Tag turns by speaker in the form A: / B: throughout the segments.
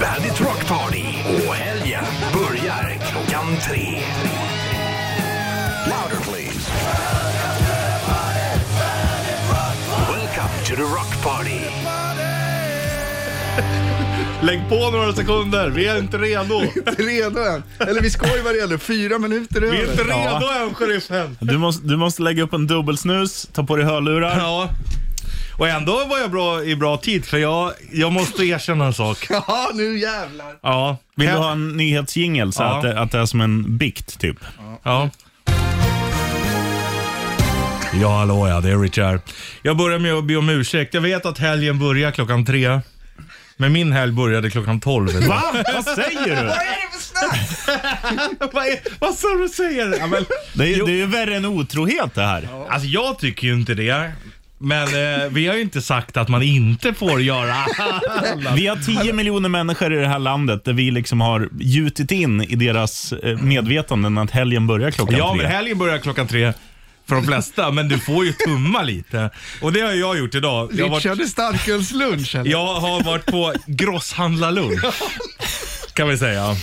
A: Bandit Rock Party och helgen börjar klockan tre. Louder please. Welcome to the Rock Party.
B: Lägg på några sekunder, vi är inte redo.
C: Redo än. Eller vi ska ju vara redo. Fyra minuter
B: Vi är inte
C: över.
B: redo än, sheriffen.
D: Du måste, du måste lägga upp en dubbelsnus, ta på dig hörlurar.
B: Ja. Och ändå var jag bra, i bra tid, för jag, jag måste erkänna en sak.
C: Ja, nu jävlar.
B: Ja.
D: Vill du
B: Hem-
D: ha en nyhetsjingel så
B: Ja.
D: att, det, att det är som en bikt typ?
B: Ja. Ja, hallå ja, det är Rich här. Jag börjar med att be om ursäkt. Jag vet att helgen börjar klockan tre. Men min helg började klockan tolv. idag.
D: Va? Vad säger du?
C: Vad är det för snack?
B: vad, är, vad sa du säger? Ja, men,
D: Det är, ju- det är ju värre än otrohet det här.
B: alltså jag tycker ju inte det. Men eh, vi har ju inte sagt att man inte får göra.
D: Vi har 10 miljoner människor i det här landet där vi liksom har gjutit in i deras eh, medvetanden att helgen börjar klockan
B: ja,
D: tre.
B: men helgen börjar klockan tre. För de flesta, men du får ju tumma lite. Och det har jag gjort idag. Jag har varit-
C: Richard är starkölslunch eller?
B: Jag har varit på grosshandlarlunch. Kan vi säga.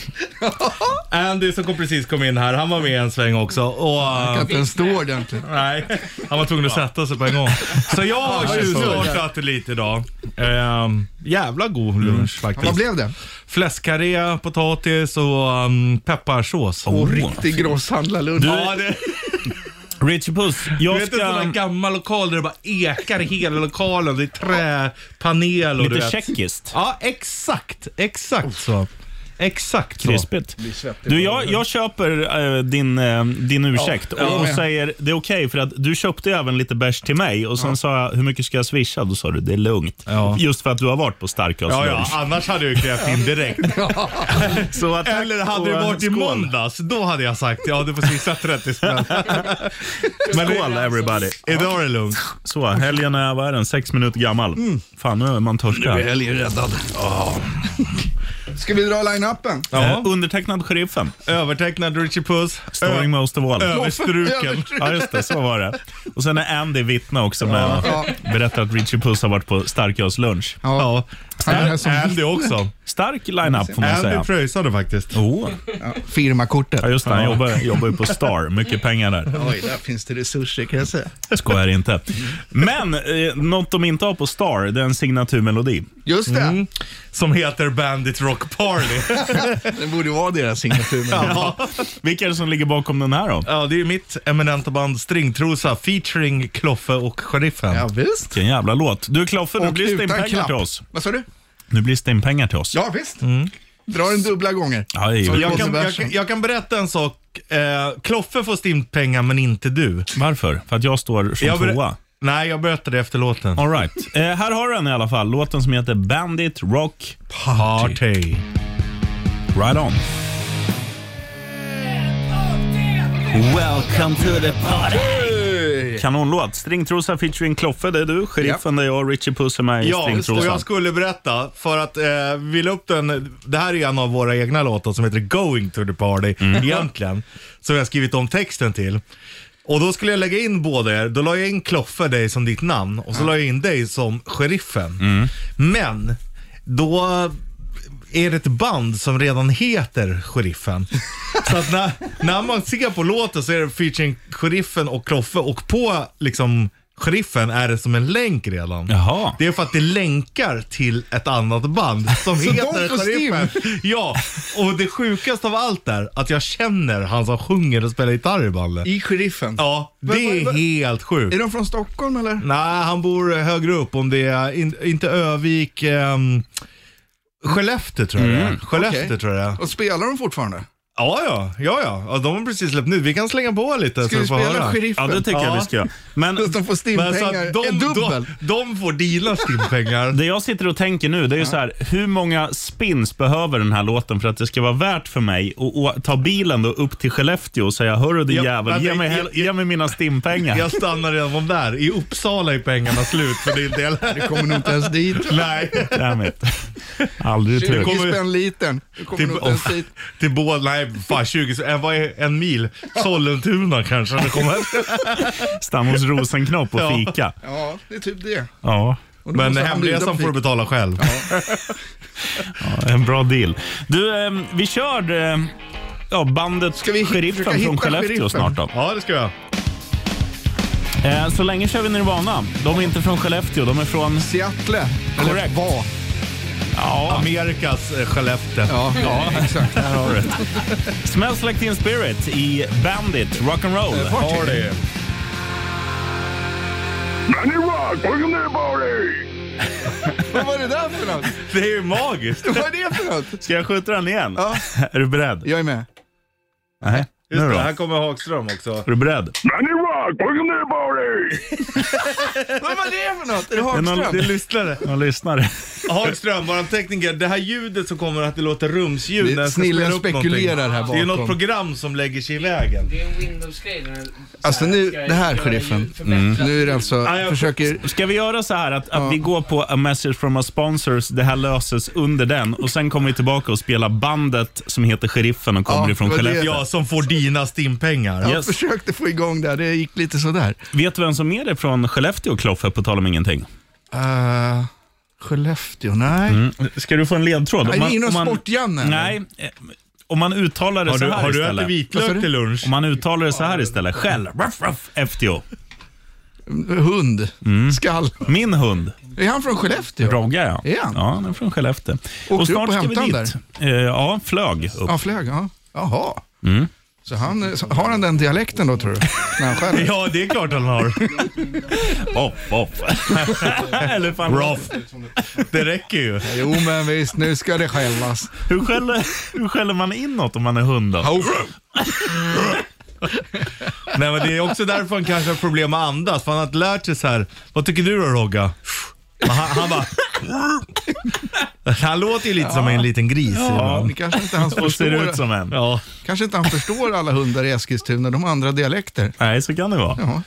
B: Andy som kom precis kom in här, han var med en sväng också. Och,
C: Jag kan inte ens stå ordentligt.
B: nej, han var tvungen att sätta sig på en gång. Så jag har tjuvstartat lite idag. Ehm, jävla god lunch
C: Vad
B: faktiskt.
C: blev det?
B: Fläskkarré, potatis och um, pepparsås. Mm.
C: Och riktig grosshandlarlunch.
B: Ja, det,
D: Richie Puss,
B: du
D: jag
B: vet en sån där
D: ska...
B: gammal lokal där det bara ekar i hela lokalen. Det är träpanel och du
D: Lite
B: vet.
D: tjeckiskt.
B: Ja, exakt. Exakt så. Exakt så.
D: Krispigt. Du, jag, jag köper eh, din, eh, din ursäkt
C: jag
D: och, och
C: med.
D: säger det är okej för att du köpte ju även lite bärs till mig och sen sa jag hur mycket ska jag swisha? Då sa du det är lugnt.
B: Ja.
D: Just för att du har varit på
B: Ja,
D: starkölslunch.
B: ja, annars hade jag ju krävt in direkt.
D: Så att-
B: Eller hade det
D: och, eh,
B: varit i
D: skål.
B: måndags, då hade jag sagt ja, du får swisha 30 spänn. Men det-
D: Skål everybody.
B: Idag är det lugnt.
D: Så, helgen är, vad är den, sex minuter gammal.
B: Mm.
D: Fan, nu är man törstig. här.
C: helgen räddad. Ska vi dra line-upen?
D: Eh,
B: Ja.
D: Undertecknad sheriffen.
B: Övertecknad Richie Puss.
D: Starring most of all.
B: Överstruken.
D: Ja, just det. Så var det. Och sen är Andy vittne också med
C: Ja.
D: berättar att Richie Puss har varit på starkölslunch.
B: Ja.
C: Han är som-
B: Andy också.
D: Stark line-up får man
B: Andy
D: säga.
B: pröjsade faktiskt.
D: Oh.
C: Firmakortet.
D: Ja, just det. Han jobbar, jobbar ju på Star. Mycket pengar där.
C: Oj, där finns det resurser kan jag säga.
D: Skojar inte. Men eh, något de inte har på Star, det är en signaturmelodi.
C: Just det,
B: Mm. Som heter Bandit Rock Party.
C: det borde vara deras signatur. Men
D: Vilka är det som ligger bakom den här då?
B: ja, det är ju mitt eminenta band Stringtrosa featuring Kloffe och Sheriffen.
C: ja, visst.
D: Vilken jävla låt. Du Kloffe, nu
C: Och
D: blir det in
C: utan
D: pengar
C: klapp.
D: till oss.
C: Vad sa du?
D: Nu blir det in pengar till oss.
C: Ja, visst.
B: Mm.
C: Dra den dubbla gånger.
D: Ja, det är ju-
C: Så-
B: Jag
C: Och så
B: kan, jag,
C: versen.
B: kan- jag kan berätta en sak. Eh, Kloffe får Stimpengar men inte du.
D: Varför? För att jag står som
B: Jag ber-
D: tvåa.
B: Nej, jag berättar det efter låten.
D: All right. Eh, här har du den i alla fall. Låten som heter Bandit Rock
B: Party.
D: Right On. Welcome to the party. Kanonlåt. Stringtrosa featuring Kloffe, det är du. Sheriffen, det är jag. Richie Puss är med i
B: Ja, och
D: Stringtrosa.
B: jag skulle berätta för att eh, vi la upp den. Det här är en av våra egna låtar som heter Going to the party egentligen. Som jag har skrivit om texten till. Och då skulle jag lägga in båda er. Då la jag in Kloffe, dig som ditt namn och så la jag in dig som sheriffen. Men då är det ett band som redan heter Sheriffen. Så att när, när man ser på låten så är det featuring Sheriffen och Kloffe och på liksom Sheriffen är det som en länk redan.
D: Jaha.
B: Det är för att det länkar till ett annat band som heter
C: de får
B: Sheriffen. Ja, och det sjukaste av allt är att jag känner han som sjunger och spelar gitarr i bandet.
C: I sheriffen.
B: Ja, det
C: Men vad-
B: är
C: vad-
B: helt sjukt.
C: Är de från Stockholm eller?
B: Nej, han bor högre upp om det är, in, inte Övik, um, Skellefteå tror jag det är. Skellefteå
C: Mm, Okej.
B: tror jag det är.
C: Och spelar de fortfarande?
B: Ja, ja, ja, ja. ja. De har precis släppt nu. Vi kan slänga på lite
C: Ska
B: så
C: vi
B: du får höra.
C: spela sheriffen?
D: Ja, det tycker jag
B: Ja.
D: vi ska göra. Men
C: Så att de får
B: Men så att
C: stimpengar.
B: de,
C: en dubbel.
B: de, de får deala stimpengar.
D: det jag sitter och tänker nu, det är ju så här, hur många spins behöver den här låten för att det ska vara värt för mig att å- ta bilen då upp till Skellefteå och säga, hörru du
B: Ja,
D: jävel,
B: vänta,
D: ge mig, hel-
B: jag-
D: ge mig mina stimpengar.
B: Jag stannar redan där. I Uppsala är pengarna slut för din del.
C: Du kommer nog inte ens dit.
B: Nej.
D: Damn it. Aldrig tur.
C: 20
B: kommer-
C: spänn litern. Du kommer
B: Till,
C: nog inte ens dit.
B: till båda, nej fan 20, så- eh, vad är en mil? Sollentuna kanske det kommer.
D: Stanna hos Rosenknopp och
B: Ja.
D: fika.
C: Ja, det är typ det.
D: Ja.
C: Och då
B: Men
C: måste han bjuda
B: hemresan
C: på
B: får du
C: fik.
B: betala själv.
D: en bra deal. Du, eh, vi kör eh, ja, bandet
C: Ska vi
D: Sheriffen
C: försöka
D: från
C: hitta
D: Skellefteå
C: sheriffen?
D: snart då.
B: Ja, det ska jag.
D: Eh, så länge kör vi Nirvana. De är inte från Skellefteå, de är från...
C: Seattle.
D: Correct.
C: Eller var.
D: Ja,
B: Amerikas eh, Skellefteå.
C: Ja, exakt. Här har du det.
D: Smells like teen spirit i Bandit Rock'n'Roll.
C: Eh,
B: Har det.
A: Danny Rock, welcome to the party!
C: Vad var det där för något?
B: Det är ju magiskt.
C: Vad var det för något?
D: Ska jag skjuta den igen?
C: Ja.
D: Är du beredd?
C: Jag är med.
D: Nej. Nu
B: Just
D: då?
B: det, här
D: Är
B: kommer Hagström också.
D: du beredd?
A: Danny Rock, welcome to the party!
C: Vad var det för något? Är det
D: någon-
C: Hagström?
B: Det är lyssnare.
D: Jag lyssnar.
B: Hagström, våran tekniker. Det här ljudet som kommer att det låter rumsljud
C: Det-
B: när jag ska
C: snillen
B: spela upp
C: spekulerar
B: någonting.
C: här
B: Det är ju
C: bakom.
B: något program som lägger sig i vägen.
E: Det är en Windows-grej. där den så
C: Alltså nu,
E: ska
C: det här
E: göra
C: sheriffen.
E: ljud- förbättra
C: Nu är det alltså,
B: Ja, jag-
C: försöker...
D: Ska vi göra så här att, att vi går på A message from a sponsors, det här löses under den och sen kommer vi tillbaka och spelar bandet som heter Sheriffen och kommer
C: Ja,
D: ifrån
C: det var det.
D: Skellefteå.
B: Ja, som får dina stimpengar.
C: Jag
D: Yes.
C: försökte få igång det här, det gick lite sådär.
D: Vet du vem som är det från Skellefteå, Kloffe, på tal om ingenting?
C: Uh, Skellefteå, nej. Mm.
D: Ska du få en ledtråd?
C: Nej, det är ingen sportjanne.
D: Nej, eh, om man uttalar det
B: Har
D: så
B: du,
D: här
B: har du
D: istället.
B: ätit
C: Vad
B: vitlök
C: sa
B: till
C: du?
B: lunch?
D: Om man uttalar det så här istället. Skäll. Ruff, ruff, FTO.
C: Hund. Skall.
D: Min hund.
C: Är han från Skellefteå?
D: Rogga, ja.
C: Är han?
D: Ja, han är från Skellefteå.
C: upp och
D: ska vi
C: hämtade
D: dit. Eh, ja, flög upp.
C: Ja, flög. Ja. Jaha.
D: Mm.
C: Så han, eh, så- har han den dialekten då tror du? När han skäller?
B: Ja, det är klart han har.
D: Off, off. Eller fan,
B: Roff. Det räcker ju.
C: Jo men visst, nu ska det skällas.
D: Hur skäller, hur skäller man inåt om man är hund då?
B: Nej, men det är också därför han kanske har problem med att andas. För han har inte lärt sig så här. Vad tycker du då Rogga? Men Han, han bara... Han låter ju lite som en liten gris.
D: Ja.
B: ibland.
C: Det kanske inte han
D: Och ser ut
C: förstår,
D: som en.
B: Ja.
C: kanske inte han förstår alla hundar i Eskilstuna, de har andra dialekter.
D: Nej, så kan det vara.
C: Ja.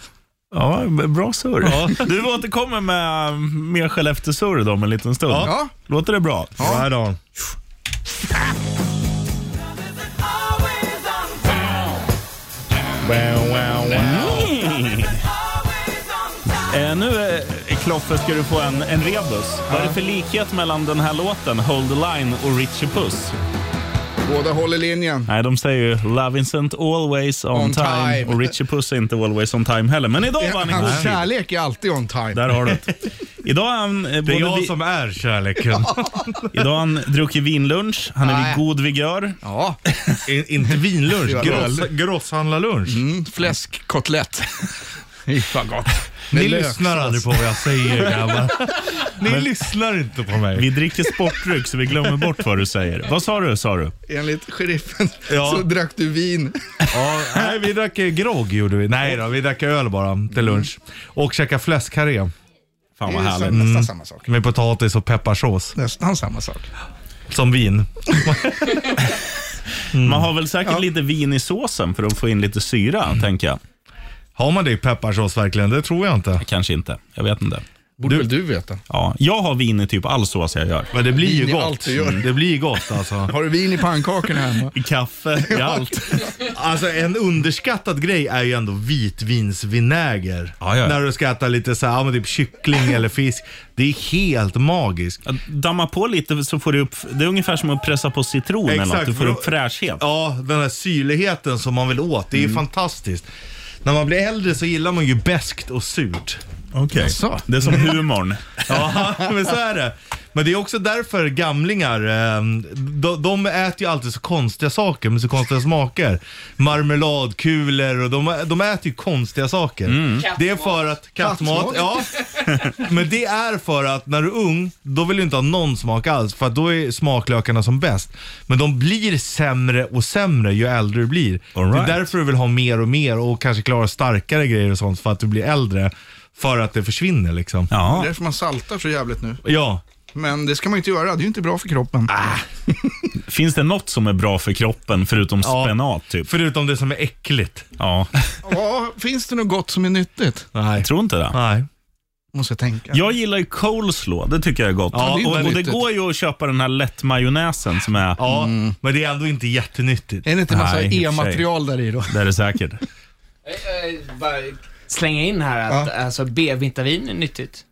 D: Ja, b- bra surr. Du återkommer med eh, mer Skellefteå-surr då om en liten stund.
C: Ja.
D: Låter det bra?
B: Ja. Right on.
D: Mm. Eh, nu eh, Kloffe ska du få en, en rebus. Vad är det för likhet mellan den här låten, Hold the line, och Richie Puss?
C: Båda håller linjen.
D: Nej, de säger ju Love isn't always on,
C: On
D: time.
C: time.
D: och Richie Puss är inte always on time heller. Men idag var han i god
C: Hans
D: tid.
C: kärlek är alltid on time.
D: Där har du det. Idag har han, eh,
B: Det är
D: både
B: jag
D: vi,
B: som är kärleken.
D: idag har han druckit vinlunch, han är
C: Nej.
D: vid god vigör.
C: Ja,
B: In, inte vinlunch,
C: var
B: gross,
C: väldigt-
B: grosshandlarlunch.
C: mm, fläskkotlett. Fy fan gott.
B: Ni
C: Med lök.
B: lyssnar aldrig på vad jag säger grabbar. Ni lyssnar inte på mig.
D: Vi dricker sportdryck så vi glömmer bort vad du säger. Vad sa du? sa du?
C: Enligt sheriffen
B: Ja.
C: så drack du vin.
B: Ja, nej, vi drack eh, grogg gjorde vi. Nej då, vi drack öl bara till lunch. Och käkade fläskkarré
D: Fan
C: Det
D: vad
C: är
D: härligt. Mm.
C: nästan samma sak.
B: med potatis och pepparsås.
C: Nästan samma sak.
B: Som vin.
D: Man har väl säkert lite vin i såsen för att få in lite syra, tänker jag.
B: Har man det i pepparsås verkligen? Det tror jag inte.
D: Kanske inte. Jag vet inte.
C: Borde du, väl du veta?
D: Ja, jag har vin i typ all sås jag gör.
B: Men det blir ju
C: Vin i
B: gott.
C: allt du gör.
B: Mm, Det blir gott alltså.
C: Har du vin i pannkakorna hemma?
D: I kaffe, i allt.
B: Alltså en underskattad grej är ju ändå vitvinsvinäger.
D: Ja, ja, ja.
B: När du ska äta lite så här, ja, men typ kyckling eller fisk. Det är helt magiskt.
D: Damma på lite så får du upp... Det är ungefär som att pressa på citron eller
B: Exakt,
D: något. Du får
B: för-
D: upp fräschhet.
B: Ja, den här syrligheten som man vill åt. Det är ju fantastiskt. När man blir äldre så gillar man ju beskt och surt.
D: Okej.
C: Jaså?
D: Det är som humorn.
B: Ja, men så är det. Men det är också därför gamlingar, eh, de, de äter ju alltid så konstiga saker med så konstiga smaker. Marmeladkulor och de, de äter ju konstiga saker.
D: Mm.
B: Det är för att, kattmat,
C: Kattmat.
B: ja. Men det är för att när du är ung, då vill du inte ha någon smak alls för att då är smaklökarna som bäst. Men de blir sämre och sämre ju äldre du blir.
D: All right.
B: Det är därför du vill ha mer och mer och kanske klara starkare grejer och sånt för att du blir äldre. För att det försvinner liksom.
C: Det är
D: Ja.
C: därför man saltar så jävligt nu.
B: ja.
C: Men det ska man ju inte göra, det är ju inte bra för kroppen.
D: Finns det något som är bra för kroppen förutom
B: Ja.
D: spenat? Typ?
B: Förutom det som är äckligt.
D: Ja.
C: Ja, finns det något gott som är nyttigt?
B: Nej.
D: Jag tror inte det.
B: Nej.
C: Måste jag tänka.
D: Jag gillar ju coleslaw. Det tycker jag är gott.
B: Ja,
C: det är ju
D: och, och det
C: nyttigt.
D: går ju att köpa den här lättmajonäsen som är...
B: Ja, men det är ändå inte jättenyttigt.
C: Är det inte massa
D: Nej, i och för sig.
C: E-material där i då?
D: Det är det säkert.
E: Jag- jag Bara slänga in här att alltså, B-vitamin är nyttigt.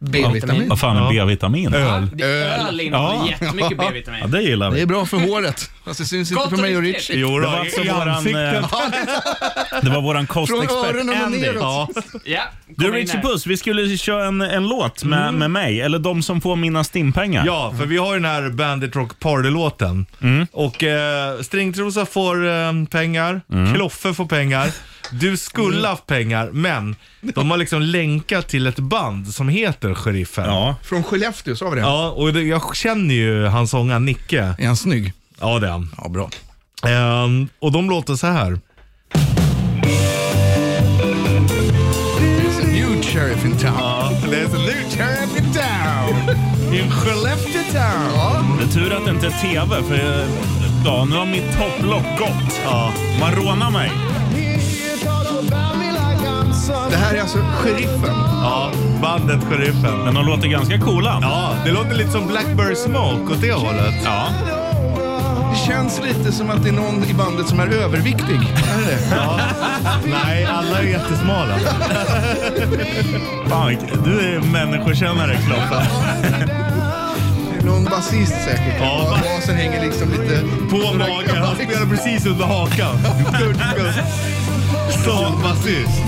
C: B-vitamin.
D: Vad fan är B-vitamin?
B: Öl.
E: Det är öl innehåller
D: Ja.
E: jättemycket
D: Ja,
E: B-vitamin.
D: det gillar
C: Det
D: vi.
C: är bra för håret. Fast det syns inte
E: Gott
C: för mig och
E: och
C: Richie.
E: riktigt.
B: Jo,
D: Det var alltså
B: i
D: våran,
B: ansiktet.
D: eh, Det var våran
C: Från
D: kostexpert
C: öronen och
D: Andy.
C: neråt.
B: Ja.
E: Ja,
D: Du
E: kom in
D: Richie
E: här.
D: Puss, vi skulle köra en, en låt med, med mig, eller de som får mina stimpengar.
B: Mm. ja, för vi har ju den här Bandit Rock Party-låten. Och eh, Stringtrosa får eh, pengar, Kloffe får pengar. Du skulle haft pengar, men de har liksom länkat till ett band som heter Sheriffen.
D: Ja.
C: Från Skellefteå, sa vi det?
B: Ja, och det, jag känner ju hans sångare Nicke.
C: Är han snygg?
B: Ja, det är han.
C: Ja, bra.
B: Ehm, och de låter så här.
C: There's a new sheriff in town.
B: det är så
C: New sheriff in town. In Skellefteå town.
D: Det är tur att det inte är TV, för eh, ja, nu har mitt topplock gått. Man rånar mig.
C: Det här är alltså sheriffen.
B: Ja, bandet Sheriffen.
D: Men de låter ganska coola.
B: Ja, det låter lite som Blackbird Smoke åt det hållet.
D: Ja.
C: Det känns lite som att det är någon i bandet som är överviktig. Är det det?
B: Nej, alla är jättesmala.
D: Fan, vilk- du är människokännare, Kloffe.
C: Det är Någon basist säkert.
B: Ja, va-
C: Basen hänger liksom lite...
B: På magen. Han spelar precis under hakan. Som basist.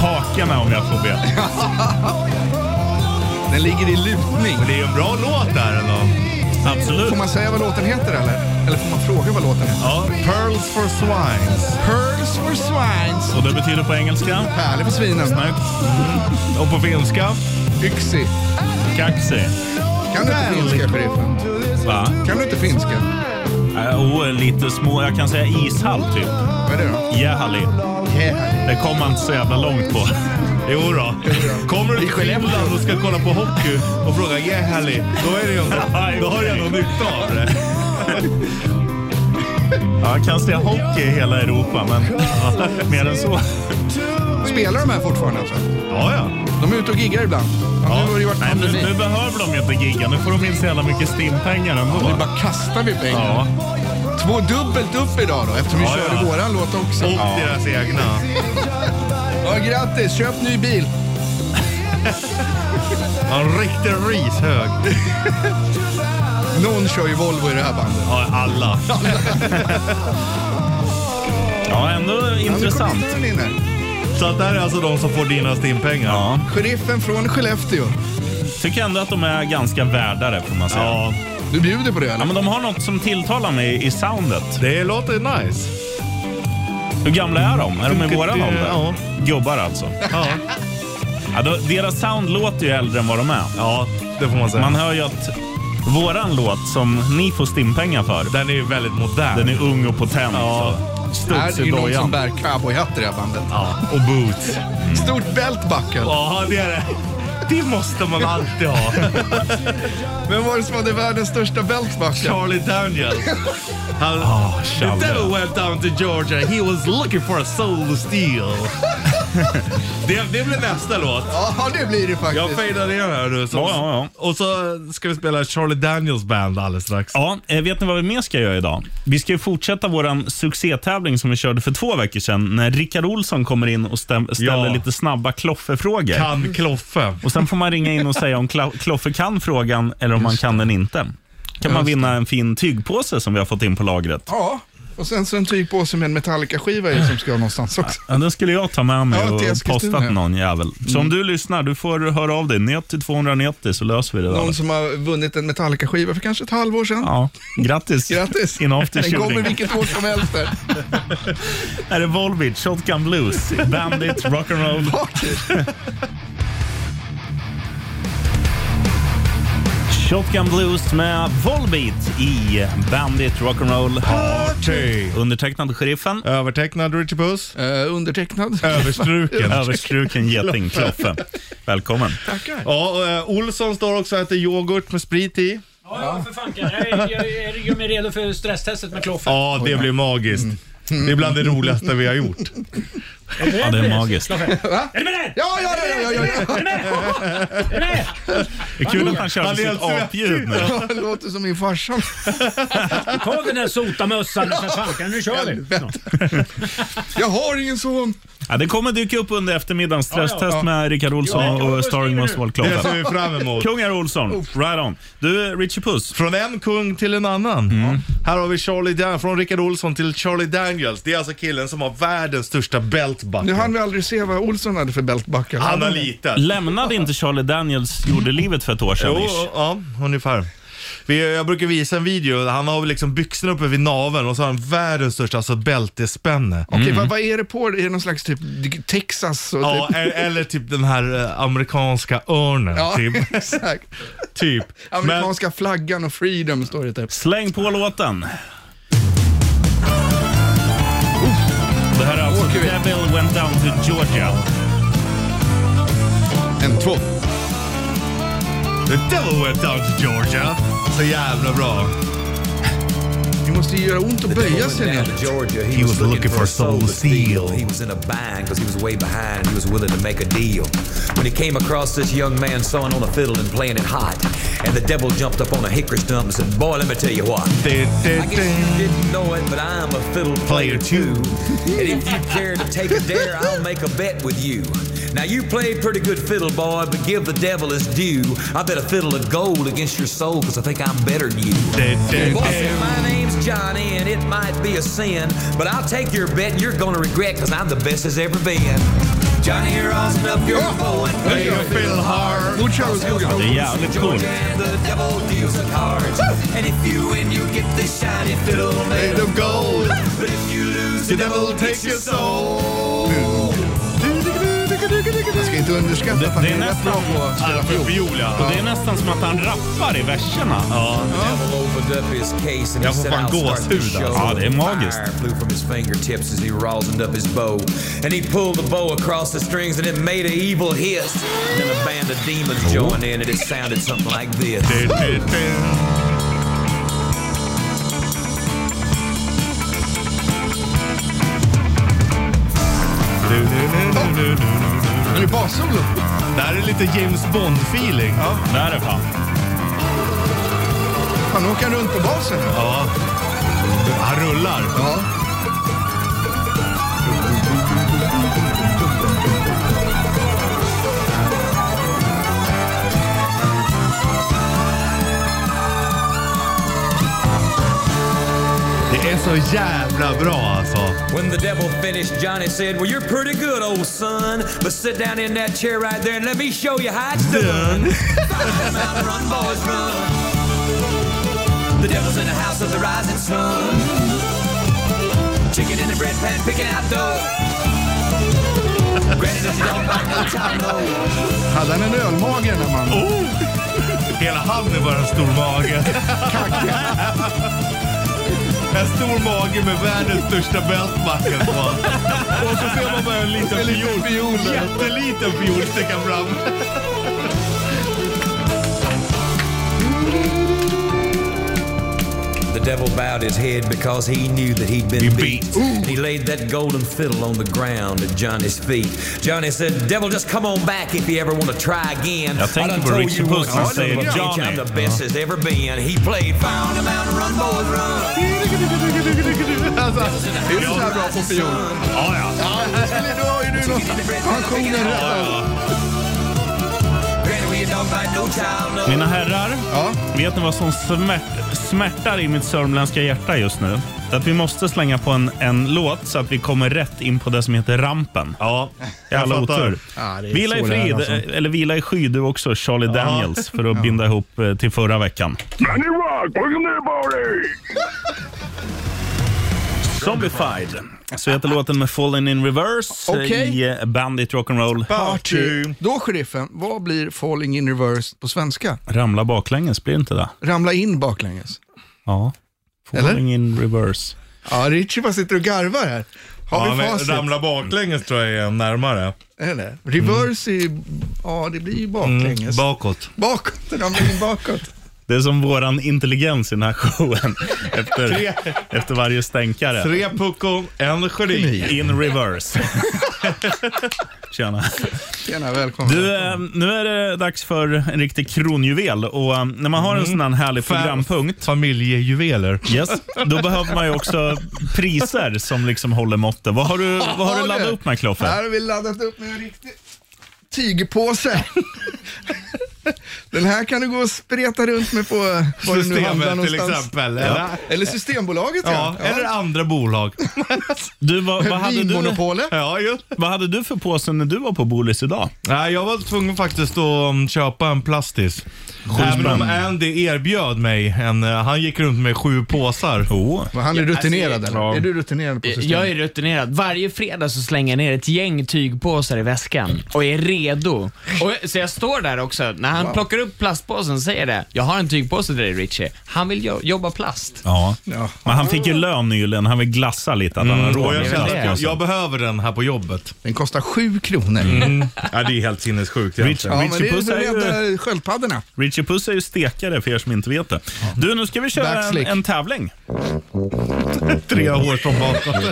D: Hakarna om jag får be.
C: Den ligger i lutning.
B: Det är en bra låt där ändå.
D: Absolut.
C: Får man säga vad låten heter eller? Eller får man fråga vad låten heter?
B: Ja, Pearls for Swines.
C: Pearls for swines.
D: Och det betyder på engelska?
C: Härlig för svinen.
D: Snyggt. Mm.
B: Och på finska?
C: Yxi.
D: Kaxi.
C: Kan du inte finska, sheriffen?
D: Va?
C: Kan du inte finska?
D: Äh, oh, lite små. Jag kan säga ishall, typ.
C: Vad är det då?
D: Jähali.
C: Yeah.
D: Det kommer man inte så jävla långt på.
B: Jo då. Kommer du till Finland och ska kolla på hockey och fråga yeah Halli, då är det ju ändå, då har du ändå nytta av det.
D: Ja, jag kan säga hockey i hela Europa, men ja, mer än så.
C: Spelar de här fortfarande alltså?
B: Ja, ja.
C: De är ute och giggar ibland. Ja, Nu har det ju varit
D: Nej, nu,
C: pandemi.
D: nu behöver de ju inte gigga. Nu får de in så jävla mycket stimpengar
C: Nu
D: ändå.
C: bara kastar vi
D: Ja.
C: pengar. Två dubbelt upp idag då eftersom vi
D: Ja,
C: körde
D: ja.
C: våran låt också.
B: Och deras egna.
C: Ja, grattis, köp ny bil.
B: En riktig rishög.
C: Någon kör ju Volvo i det här bandet.
B: Ja, alla.
D: Ja, ändå intressant.
C: Ja, nu kommer den in här.
B: Så att det här är alltså de som får dina stimpengar.
D: Ja,
C: Sheriffen från Skellefteå.
D: tycker ändå att de är ganska värdare får man säga. Ja.
B: Ja,
C: Du bjuder på det eller?
D: men de har något som tilltalar mig i soundet.
B: det låter nice.
D: Hur gamla är de? Är de i våran ålder?
B: Ja.
D: Gubbar alltså.
B: Ja.
D: Ja, då, deras sound låter ju äldre än vad de är.
B: ja, det får man säga.
D: Man hör ju att våran låt som ni får stimpengar för,
B: Den är ju väldigt modern.
D: den är ung och potent.
B: Ja.
D: så.
C: Här är
D: Studs
C: det
D: i
C: ju någon
D: dojan.
C: som bär cowboyhatt i det här bandet.
B: Ja, och boots.
C: Stort bält buckle.
B: Ja, det är det. Det måste man alltid ha.
C: Vem var det som hade världens största bält buckle?
B: Charlie Daniels. Han,
D: Ah,
B: the devil went down to Georgia. He was looking for a soul to steal. det, det blir nästa låt.
C: Ja, det blir det
B: Jag
C: faktiskt.
B: fejdar ner här nu.
D: Ja, ja,
B: Och så ska vi spela Charlie Daniels band alldeles strax.
D: Ja, eh, vet ni vad vi mer ska göra idag? Vi ska ju fortsätta vår succétävling som vi körde för två veckor sedan när Rickard Olsson kommer in och stäm- ställer
B: Ja.
D: lite snabba kloffefrågor.
B: Kan Kloffe.
D: Och Sen får man ringa in och säga om Kla- Kloffe kan frågan eller om man kan den inte. kan man vinna en fin tygpåse som vi har fått in på lagret.
C: Ja, och sen så en tygpåse med en Metallica-skiva i som ska någonstans också.
D: Ja, den skulle jag ta med mig
C: Ja,
D: och
C: till
D: posta
C: Eskilstuna.
D: till någon jävel. Så
B: Mm.
D: om du lyssnar, du får höra av dig. 90 290 så löser vi det
C: Någon
D: där.
C: som har vunnit en Metallica-skiva för kanske ett halvår sedan.
D: Ja, grattis.
C: Grattis!
D: In after
C: Den kommer
D: shooting.
C: vilket år som helst. där.
D: Är det Volbeat, Shotgun Blues, Bandit, Rock'n'Roll? Shotgun Blues med Volbeat i Bandit Rock'n'Roll.
B: Party.
D: Undertecknad sheriffen.
B: Övertecknad Richie Puss.
C: Eh, undertecknad.
B: Överstruken.
D: Överstruken geting Kloffe. Välkommen.
B: Ja, och, eh, Olsson står också och äter yoghurt med sprit i.
E: Ja, ja, för fan. Jag, jag, jag, jag gör mig redo för stresstestet med Kloffe.
B: Ja, det blir magiskt. Det är bland det roligaste vi har gjort.
D: Ja, det är magiskt.
E: Är du med där?
C: Ja, ja, ja, ja, ja, ja.
E: Är du med? Är du med?
D: Det är kul att han körde
B: Han är
D: sitt
B: helt svettig.
D: apljud nu.
C: Det låter som min farsa.
E: Ta den där sotamössan för fan. Nu kör vi.
C: Jag har ingen son.
D: Ja, det kommer dyka upp under eftermiddagens stresstest
E: Ja,
D: med Rickard Olsson
E: Ja,
D: och Starring
E: skriver
D: Måns
E: du.
B: Det
D: Wallclaw.
B: ser vi fram emot.
D: Kungar Olsson, right on. Du, Richie Puss.
B: Från en kung till en annan. Här har vi Charlie Dan från Rickard Olsson till Charlie Daniels. Det är alltså killen som har världens största belt
C: Nu hann
B: bucket.
C: vi aldrig se vad Olsson hade för bältbacka.
B: Han har liten.
D: Lämnade inte Charlie Daniels gjorde livet för ett år sedan?
B: Jo,
D: ish?
B: ja, ungefär. Vi, jag brukar visa en video, där han har väl liksom byxorna uppe vid naveln och så har han världens största alltså bältespänne.
C: Okej, vad, vad är det på? Är det någon slags typ Texas? Och
B: Mm. Ja,
C: typ?
B: e- eller typ den här eh, amerikanska örnen. Typ.
C: ja exakt.
B: typ. Men,
C: Amerikanska flaggan och freedom står det typ.
D: Släng på låten. Det här är alltså
C: Åker vi.
D: Devil Went Down to Georgia.
C: En, två.
B: the devil went down to Georgia. Så jävla bra.
C: Det måste ju göra ont att böja sig ner.
F: Georgia, he,
B: was looking for soul to steal.
F: He was in a bind because he was way behind. He was willing to make a deal. When he came across this young man sawing on a fiddle and playing it hot, and the devil jumped up on a hickory stump and said, "Boy, let me tell you what." I guess you didn't know it, but I'm a fiddle
B: Player
F: player
B: too.
F: too. and if you care to take a dare, I'll make a bet with you. Now you play pretty good fiddle, boy, but give the devil his due. I bet a fiddle of gold against your soul, cause I think I'm better than you. Boy, I said, my name's Johnny, and it might be a sin, but I'll take your bet and you're gonna regret, cause I'm the best as ever been. Johnny, you're awesome up your bow and play your fiddle hard.
C: Good show, Skogan.
D: Det är jävligt coolt.
F: And the devil deals the cards. And if you win, you get this shiny fiddle made of gold. But if you lose, the devil takes your soul.
C: Man ska inte underskatta att han
D: det är
C: är rätt
D: nästan-
C: bra på att spela fiol.
D: Och det är nästan som att han rappar i verserna. Ja.
F: Devil opened up his case and he
D: Jag får
F: said,
D: fan
F: "I'll start the
D: gåshud alltså."
F: show."
D: Ja, det är magiskt.
F: Fire flew from his fingertips as he rosined up his bow. And he pulled the bow across the strings and it made an evil hiss. Then a band of demons joined in and it sounded something like this.
C: Det är bassolo.
B: Det här är lite James Bond-feeling.
D: Det här är fan.
C: Fan, nu åker han runt på basen. här.
B: Han rullar.
C: Ja.
B: Det är så jävla bra alltså.
F: When the devil finished, Johnny said, Well, you're pretty good, old son. But sit down in that chair right there and let me show you how it's done. Fire 'em out, run, boys, run. The devil's in the house of the rising sun. Chicken in the bread pan, picking out dough. Granny does not like no child, no.
C: Hade han en ölmage när man...
B: Hela han är bara en stor mage. en stor mage med världens största bältbacke på. Och så ser man bara en liten fiol. Jätteliten fiol sticka fram.
F: The devil bowed his head because he knew that he'd been beat. He laid that golden fiddle on the ground at Johnny's feet. Johnny said, Devil, just come on back if you ever want to try again.
D: Jag tänker
F: done
D: på
F: told
D: Richie
F: you
D: Puss
F: once,
D: när han
F: son of
D: säger
F: a bitch,
D: Johnny.
F: I'm the best as ever been. He played Found a Mountain Run, boys, run.
B: Alltså,
C: Det är så här bra på fiol.
D: Ja, ja.
C: Han sjunger rätt.
F: Granny, we don't bite no child, no.
D: Mina herrar,
C: Ja.
D: vet ni vad som smärt, smärtar i mitt sörmländska hjärta just nu? Att vi måste slänga på en, en låt så att vi kommer rätt in på det som heter rampen.
B: ja.
D: Jävla
B: fattar.
D: otur. vila i frid, eller vila i sky du också, Charlie Daniels, för att binda ihop eh, till förra veckan. Zombified, så heter låten med Fallen in Reverse eh,
C: Okej.
D: i eh, Bandit Rock'n'Roll.
C: Party. Då, sheriffen, vad blir falling in reverse på svenska?
D: Ramla baklänges, blir det inte det?
C: Ramla in baklänges.
D: Ja.
C: Eller?
D: Falling in Reverse.
C: Ja, Richie bara sitter och garvar här. Har
B: Ja,
C: vi
B: men
C: facit?
B: ramla baklänges tror jag är närmare.
C: Eller? Reverse är ju... Ja, det blir ju baklänges.
B: Bakåt.
C: Mm. bakåt, ramla in bakåt.
D: Det är som våran intelligens i den här showen. Efter,
B: Tre.
D: efter varje stänkare.
B: Tre puckon, en geni.
D: In reverse. Tjena.
C: Tjena, välkommen.
D: Du, eh, nu är det dags för en riktig kronjuvel och eh, när man har
C: Mm.
D: en sån här härlig programpunkt,
B: Familjejuveler.
D: yes, då behöver man ju också priser som liksom håller måttet. Vad har du, vad har du laddat upp med
C: Här
D: Kloffe?
C: har vi laddat upp med en riktig tygpåse. Den här kan du gå och spreta runt med på var du nu handlar
B: Systemet till
C: någonstans.
B: exempel. Eller,
C: Eller Systembolaget
B: ja,
C: ja.
B: eller andra bolag.
D: Du, vad, vad, hade du,
C: Vinmonopolet.
B: ja, ju.
D: vad hade du för påse när du var på Bolis idag?
B: Nej, jag var tvungen faktiskt att mm, köpa en plastis. Även om
D: spänn.
B: Andy erbjöd mig en, eh, han gick runt med sju påsar.
D: Oh.
C: Vad, Han är rutinerad
G: alltså,
C: eller?
D: ja.
C: Är du rutinerad på systemet?
G: Jag är rutinerad. Varje fredag så slänger jag ner ett gäng tygpåsar i väskan och är redo. Och, så jag står där också. När han plockar upp plastpåsen säger det. Jag har en tygpåse till dig Richie. Han vill jo- jobba plast.
D: Ja.
C: Ja.
D: Men han fick ju lön nyligen. Han vill glassa lite att han har
B: Mm,
D: råd
B: och
D: med
B: jag kände att
D: plastpåsen.
B: jag behöver den här på jobbet.
C: Den kostar sju kronor.
B: Mm. Ja, det är helt sinnessjukt
D: Rich,
B: egentligen.
C: Ja, men det
D: Richie
C: är
D: Puss
C: för
D: Mm. är
C: att
D: ju,
C: rädda sköldpaddorna.
D: Richie Puss är ju stekare för er som inte vet det. Du, nu ska vi köra en,
C: Backslick.
D: en tävling.
B: Tre år från bakåt.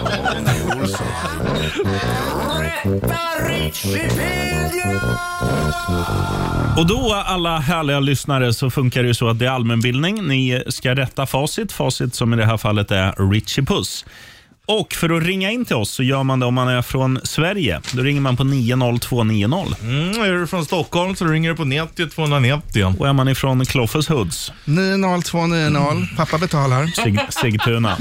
D: Och då alla härliga lyssnare så funkar det ju så att det är allmänbildning. Ni ska rätta facit. Facit som i det här fallet är Richie Puss. Och för att ringa in till oss så gör man det om man är från Sverige. Då ringer man på 90290.
B: Mm, är du från Stockholm så ringer du på 90 290.
D: Och är man ifrån Kloffes Hoods,
C: 90290.
D: Mm.
C: Pappa betalar.
D: Sig, Sigtuna.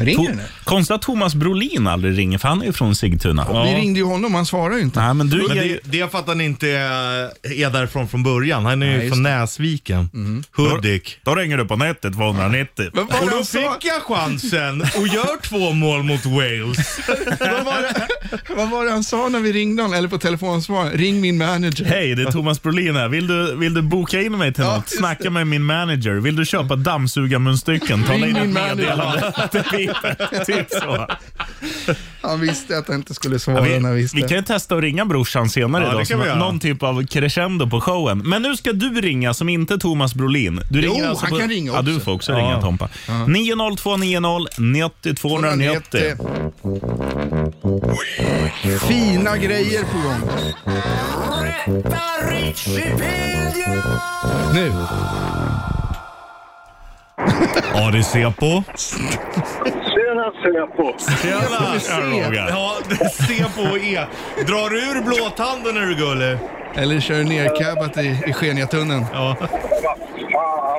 C: Ringer den?
D: To- Konstigt att Thomas Brolin aldrig ringer, för han är ju från Sigtuna.
C: Vi ringde ju honom, han svarar ju inte.
D: Nej, men du
B: Men
D: ger
B: det,
D: ju...
B: det är för att han inte eh, är därifrån från början. Han är ju från Näsviken. Mm. Hudik.
D: Mhm. Då ringer du på nätet 290.
C: Vad var
B: Och
C: det
B: då
C: han sa?
B: fick jag chansen och gör två mål mot Wales.
C: Vad var det- Vad var det han sa när vi ringde honom? Eller på telefonsvararen? Ring min manager.
D: Hej, det är Thomas Brolin här. Vill du, vill du boka in mig till
C: Ja,
D: något?
C: just
D: Snacka med min manager. Vill du köpa dammsugarmunstycken? Ta
C: Ring
D: in ett
C: min manager.
D: meddelande. Typ- typ så.
C: Han visste att han inte skulle
D: Ja,
C: svara när han
D: Vi,
C: visste.
D: vi kan ju testa att ringa brorsan senare
B: Ja, det
D: idag.
B: kan
D: som
B: vi göra.
D: någon typ av crescendo på showen. Men nu ska du ringa som inte är Thomas Brolin. Du
C: Jo,
D: ringer alltså
C: han
D: på,
C: kan ringa
D: Ja, du
C: också.
D: får också ringa Tompa. 90290 90 290.
C: Fina grejer på gång. Nu.
B: AD Sepo.
H: Tjena Säpo!
B: Tjena!
D: Roger.
B: Ja, Sepo och E. Drar du ur blåtanden är du gullig.
C: Eller kör ner cabbat i, i Skeniatunneln.
B: Ja.
H: Fan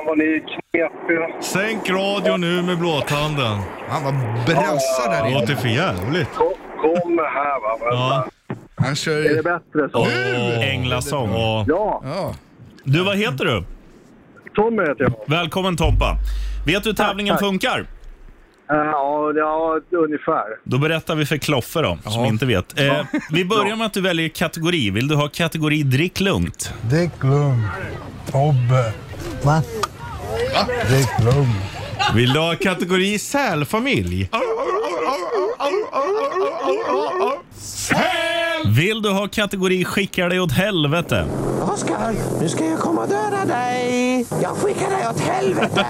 H: vad ni är knepiga.
B: Sänk radio nu med blåtanden.
C: Han var brassar där
B: Det
C: inne.
B: låter för jävligt.
H: Kom, kom här va.
B: Ja.
H: Vänta.
C: Han
H: Är det
C: kör...
H: bättre så?
B: Åh.
D: Änglasång.
B: Ja.
H: Ja,
C: Ja.
D: Du, vad heter du?
H: Tommy heter jag.
D: Välkommen Tompa. Vet du hur tävlingen
H: tack.
D: funkar?
H: Eh, Ja, ja ungefär.
D: Då berättar vi för Kloffe då, som inte vet. Eh, vi börjar med att du väljer kategori. Vill du ha kategori drick lugnt?
I: Dick Lund. Tobbe. Va? Dick Lund.
B: Vill du ha kategori sälfamilj?
D: Vill du ha kategori skicka dig åt helvete?
I: Oskar, nu ska jag komma och döda dig. Jag skickar dig åt helvete.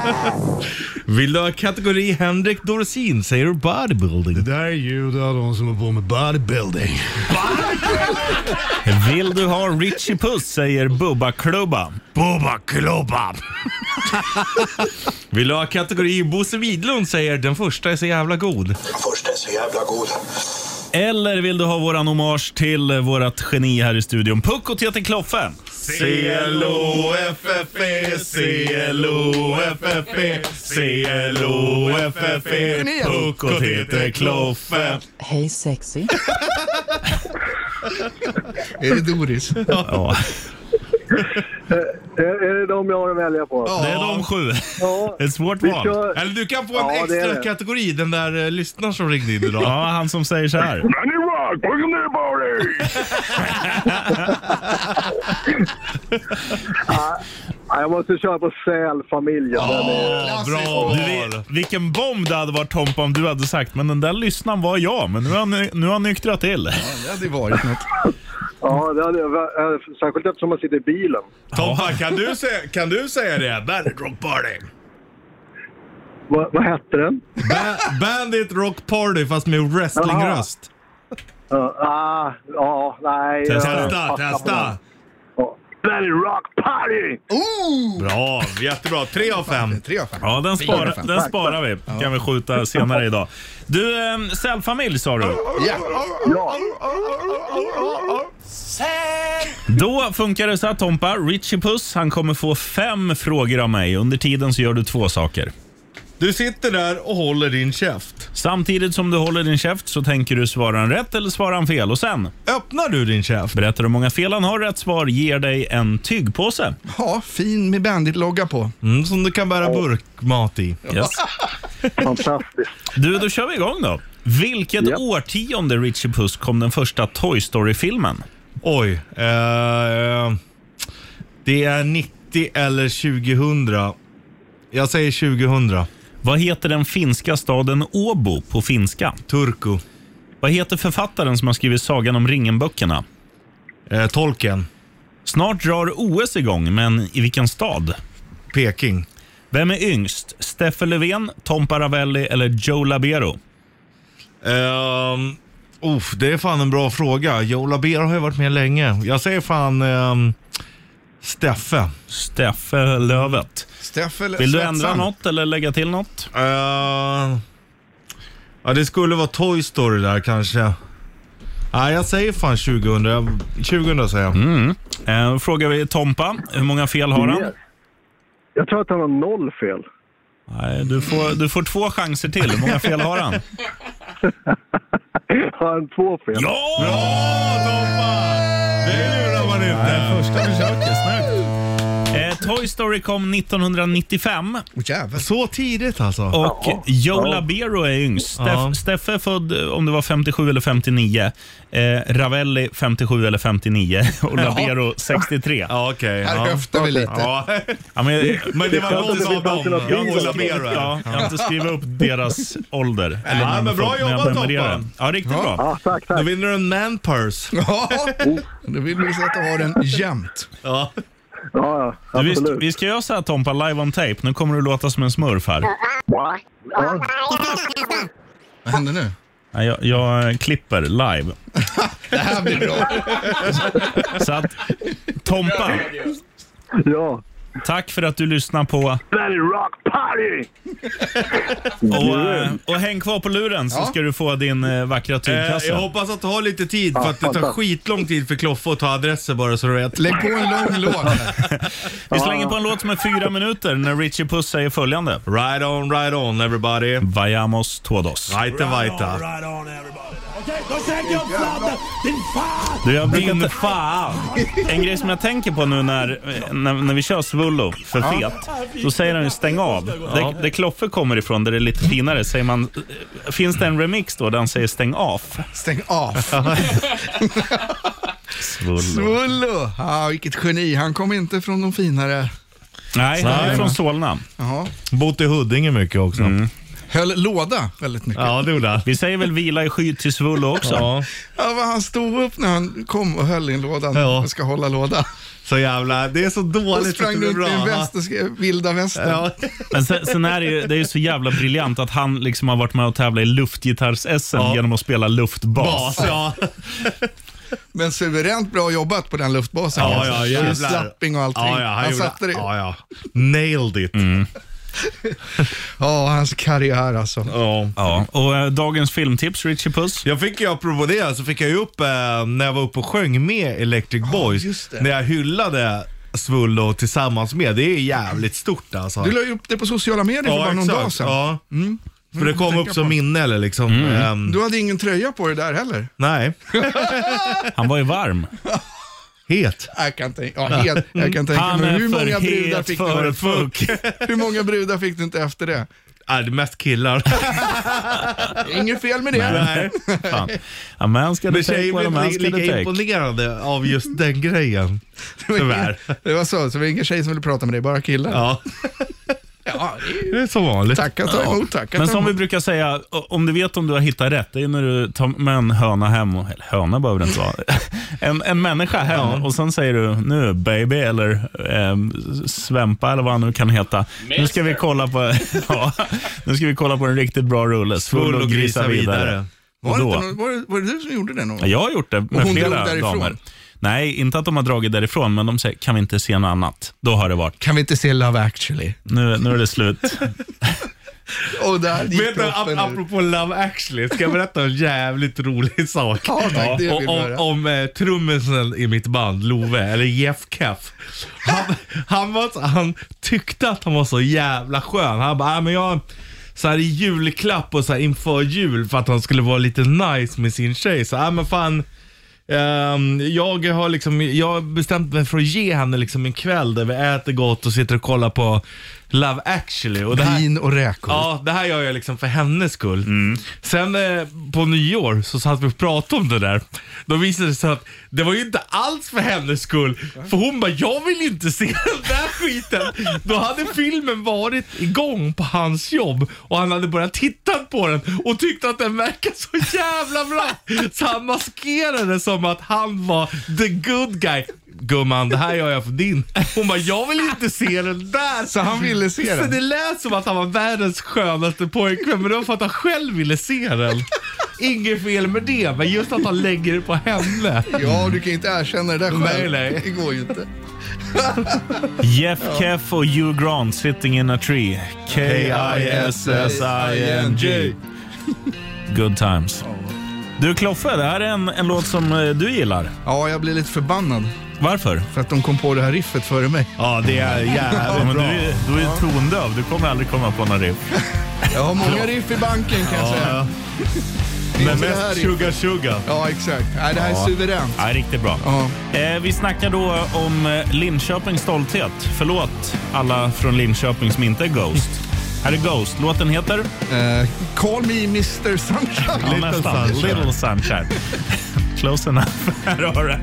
B: Vill du ha kategori Henrik Dorsin säger du bodybuilding?
I: där är ljud av de som har på med bodybuilding.
D: Vill du ha Richie Puss säger Bubba-klubba? Bubba-klubba!
B: Vill du ha kategori Bosse Widlund säger den första är så jävla god?
I: Först är så jävla god.
D: Eller vill du ha våran hommage till eh, vårat geni här i studion, Puck och Tete Kloffe?
B: C-L-O-F-F-E, C-L-O-F-F-E, C-L-O-F-F-E,
D: Puck och Tete Kloffe.
J: Hej sexy.
C: Är det Doris?
D: Ja,
H: Är, är det de jag har att välja på?
D: det är de sju.
H: Ja.
D: Ett svårt
H: Vi
D: val.
H: kör...
B: Eller du kan få
H: Ja,
B: en
H: det är
B: extra
H: det.
B: kategori, den där eh, lyssnaren som ringde in idag.
D: Ja, han som säger så här.
H: Danny Rock, welcome to the party! Ja, ja, jag måste köra på sälfamiljen. Den är-
B: Åh, bra
D: Du, vi-
B: val.
D: vilken bomb det hade varit Tompa om du hade sagt, men den där lyssnaren var jag. Men nu har han, nu har han nyktrat till.
C: Det hade ju varit något.
H: Ja, det hade, eh, särskilt eftersom man sitter i bilen.
B: Tompa, kan du, säga, kan du säga det? Bandit Rock Party.
H: Va, vad hette den?
B: Ba- Bandit Rock Party fast med wrestlingröst.
H: Ja, ah, ja, nej. jag
B: Testa,
H: fastnar på
B: testa.
H: den. Ja. That is rock party!
C: Oh!
B: Bra, jättebra. Tre av fem.
C: Tre av fem.
D: Ja, den,
C: Fyra av
D: spara,
C: fem.
D: den sparar vi. kan vi skjuta senare idag. Du, eh, cellfamilj sa du.
C: Ja.
H: Ja.
D: Då funkar det så här Tompa. Richie Puss han kommer få fem frågor av mig. Under tiden så gör du två saker.
B: Du sitter där och håller din käft.
D: Samtidigt som du håller din käft så tänker du svara han rätt eller svara han fel. Och sen
B: Öppnar du din käft?
D: berättar du hur många fel han har. Rätt svar ger dig en tygpåse.
C: ja, fin med Bandit-logga på.
B: Mm, som du kan bära burkmat i.
D: Yes.
H: Fantastiskt.
D: Du, då kör vi igång då. Vilket
H: Japp.
D: årtionde Richie Puss kom den första Toy Story-filmen?
B: Oj. Eh, det är 90 eller 2000. Jag säger 2000.
D: Vad heter den finska staden Åbo på finska?
B: Turku.
D: Vad heter författaren som har skrivit Sagan om ringen-böckerna?
B: Eh, tolken.
D: Snart drar OS igång, men i vilken stad?
B: Peking.
D: Vem är yngst? Steffe Löfven, Tompa Ravelli eller Joe Labero?
B: Um, det är fan en bra fråga. Joe Labero har ju varit med länge. Jag säger fan ehm, Steffe.
D: Steffe Lövet.
C: Steffel
D: Vill du
C: Svetsson.
D: ändra något eller lägga till något?
B: Eh, ja, det skulle vara Toy Story där kanske. Nej, jag säger fan 2000. Jag- 2000 säger jag.
D: Eh, frågar vi Tompa. Hur många fel har han?
H: Yes. Jag tror att han har noll fel.
D: Nej, du, får, du får två chanser till. Hur många fel har han?
H: Har han två fel?
D: Ja! Tompa!
B: Det lurar man inte.
D: Första försöket, snyggt. Eh, Toy Story kom 1995
C: Åh, jävel.
B: Så tidigt alltså?
D: och Joe Labero är yngst. Steff,
B: Ja.
D: Steffe är född eh, om det var 57 eller 59. Eh, Ravelli 57 eller 59 och Labero 63. Ja.
B: Ja, okej.
C: Här
B: ja.
C: höftar vi lite.
B: Ja.
D: men, jag-
B: Men det var
H: Jag
B: någon
H: tror
B: av
H: inte det finns
B: dem. Jag
H: alternativ.
B: håller med dig.
D: ja, jag har inte skrivit upp deras ålder. Eller
B: men
D: namn
B: bra
D: för- men jag
B: jobbat,
D: memorerar.
B: Tompa.
D: Ja, riktigt bra.
H: Ja, tack,
B: Då
H: tack.
B: vinner du en manpurse.
C: Ja, då vill vi se att du har den jämt.
B: Ja.
H: Ja, ja,
D: Du, vi,
H: absolut.
D: vi ska göra så här Tompa, live on tape. Nu kommer du låta som en smurf här.
C: Vad händer nu?
D: Nej, Jag, jag klipper live.
C: Det här blir bra.
D: Så att, Tompa,
H: Ja.
D: tack för att du lyssnar på
H: That is rock party!
D: och, eh, och häng kvar på luren så
C: Ja.
D: ska du få din eh, vackra
B: Eh,
D: tygkasse.
B: jag hoppas att du har lite tid för att det tar
H: fattar.
B: skitlång tid för Kloffe att ta adresser bara så du vet.
C: Lägg på en lång låt. här.
D: Vi slänger på en låt som är fyra minuter när Richie Puss säger följande.
B: Right on, right on everybody.
D: Vayamos todos.
B: Vajta, vajta.
A: Right on everybody. Okej, då sänker jag fladden! Din fan!
D: Du, jag brukar inte... fan! En grej som jag tänker på nu när, eh, när, när vi kör Svullo för fet, då säger han ju stäng av. Där, där Kloffe kommer ifrån, där det är lite finare, säger man... eh, Finns det en remix då där han säger stäng av?
C: Stäng av.
D: Svullo.
C: Svullo. Ah, vilket geni. Han kom inte från de finare.
D: Nej, han är från Solna.
C: Jaha.
B: Bott i Huddinge mycket också.
C: Höll låda väldigt mycket. Ja.
B: Ja, det gjorde han.
D: Vi säger väl vila i sky till Svullo också?
B: Ja.
C: vad han stod upp när han kom och höll i lådan
B: Ja.
C: och ska hålla låda.
B: Så jävla, det är så
C: Och
B: dåligt
C: sprang
B: att det är
C: runt i en
B: bra.
C: väst och skrev vilda västern.
B: Ja.
D: Men sen, sen är det ju, det är ju så jävla briljant att han liksom har varit med och tävlat i luftgitarrs-SM
B: Ja.
D: genom att spela luftbas.
B: Bas, ja.
C: Men suveränt bra jobbat på den luftbasen.
B: Ja,
C: alltså.
B: ja, jävlar.
C: Slapping och allting.
B: Ja, ja,
C: han
B: gjorde-
C: satte det. Ja,
B: Ja, ja. Nailed it.
D: Mm.
C: hans karriär alltså.
B: Ja.
D: Ja, och eh, dagens filmtips, Richie Puss.
B: Jag fick ju, apropå det, så fick jag ju upp eh, när jag var uppe och sjöng med Electric Boys.
C: just det.
B: När jag hyllade Svullo tillsammans med. Det är jävligt stort alltså.
C: Du la ju upp det på sociala medier för bara någon dag sedan. Mm.
B: Ja. För det kom upp som minne eller liksom.
D: Mm.
B: ehm,
C: Du hade ingen tröja på dig där heller.
B: nej.
D: Han var ju varm.
B: Het.
C: Jag kan tänka, ja, helt, jag kan tänka
D: Han
C: mig.
D: är
C: Hur
D: för
C: många, brudar
D: het
C: fick
D: för
C: du,
D: fuck.
C: hur många brudar fick du inte efter det?
B: Nej, Äh, det är mest killar.
C: Det är Inget fel med det.
B: Nej.
D: Fan. A man ska
B: Men
D: det take
B: tjejer
D: what a
B: blir
D: man
B: inte
D: ska
B: lika
D: det take.
B: imponerade av just den grejen.
C: Det var
B: Tyvärr.
C: ingen- Det var så, så det var ingen tjej som ville prata med dig, bara killar.
B: Ja.
C: Ja, det är ju-
B: Det är som vanligt.
C: tacka ta emot, tacka
D: Men
C: ta
D: som vi
C: emot.
D: brukar säga, o- om du vet om du har hittat rätt, det är när du tar med en höna hem, och- eller höna behöver det inte vara, en, en människa hem och sen säger du nu baby eller ehm, svempa eller vad han nu kan heta. Nu ska vi kolla på, ja, nu ska vi kolla på en riktigt bra rulle. Svull
B: Full och grisa vidare.
C: Var det,
D: Vadå?
C: inte någon, var, det, var det du som gjorde det? Någon?
D: Ja, Jag har gjort det med
C: hon drog
D: flera
C: därifrån?
D: damer. Nej, inte att de har dragit därifrån, men de säger kan vi inte se något annat? Då har det varit.
C: Kan vi inte se Love actually?
D: Nu, nu är det slut.
C: Och där gick
B: Vet du, ap-
C: proppen ur.
B: apropå Love actually, ska jag berätta en jävligt rolig sak?
C: Ja, tack, det vill
B: och,
C: vi
B: om
C: höra.
B: om eh, trummisen i mitt band, Love, eller Jeff Keff. Han, han, var, så- han tyckte att han var så jävla skön. Han bara, "Ah, men jag så här i julklapp och så här inför jul för att han skulle vara lite nice med sin tjej. Så, ah, men fan. Ehm, jag har liksom, jag har bestämt mig för att ge henne liksom en kväll där vi äter gott och sitter och kollar på Love actually. Och det här,
C: Vin och räkor.
B: Ja, det här gör jag liksom för hennes skull. Sen eh, på nyår så satt vi och pratade om det där. Då visade det sig att det var ju inte alls för hennes skull. För hon bara, jag vill inte se den där skiten. Då hade filmen varit igång på hans jobb och han hade börjat titta på den och tyckte att den verkade så jävla bra. Så han maskerade som att han var the good guy. Gumman, det här gör jag för din. Hon bara, jag vill inte se den där.
C: Så han ville se
B: Så
C: den?
B: det lät som att han var världens skönaste pojkvän, men det var för att han själv ville se den. Inget fel med det, men just att han lägger det på henne.
C: Ja, du kan inte erkänna det där själv.
B: Nej, nej.
C: Det går ju inte.
D: Jeff Keff och Hugh Grant, Sitting in a Tree. K-I-S-S-I-N-G. Good times. Du Kloffe, det här är en, en låt som eh, du gillar.
C: Ja, jag blir lite förbannad
D: Varför? Mm.
C: för att de kom på det här riffet före mig.
B: Ja, det är
D: Ja, men
B: jävligt
D: du, är- du är ju tondöv, du kommer aldrig komma på någon riff.
C: Jag har många riff i banken kan jag säga. Det är
B: Men
C: inte det här
B: mest
C: riffet.
B: Sugar Sugar.
C: Ja, exakt. Nej, det här är suveränt.
D: Ja, riktigt bra.
C: Ja.
D: Eh, vi snackar då om eh, Linköpings stolthet. Förlåt alla från Linköping som inte är Ghost. Här är Ghost. Låten heter?
C: Eh, call me Mr Sunshine.
D: Ja, nästan.
B: Sunshine.
D: Little Sunshine. Close enough. Här har du.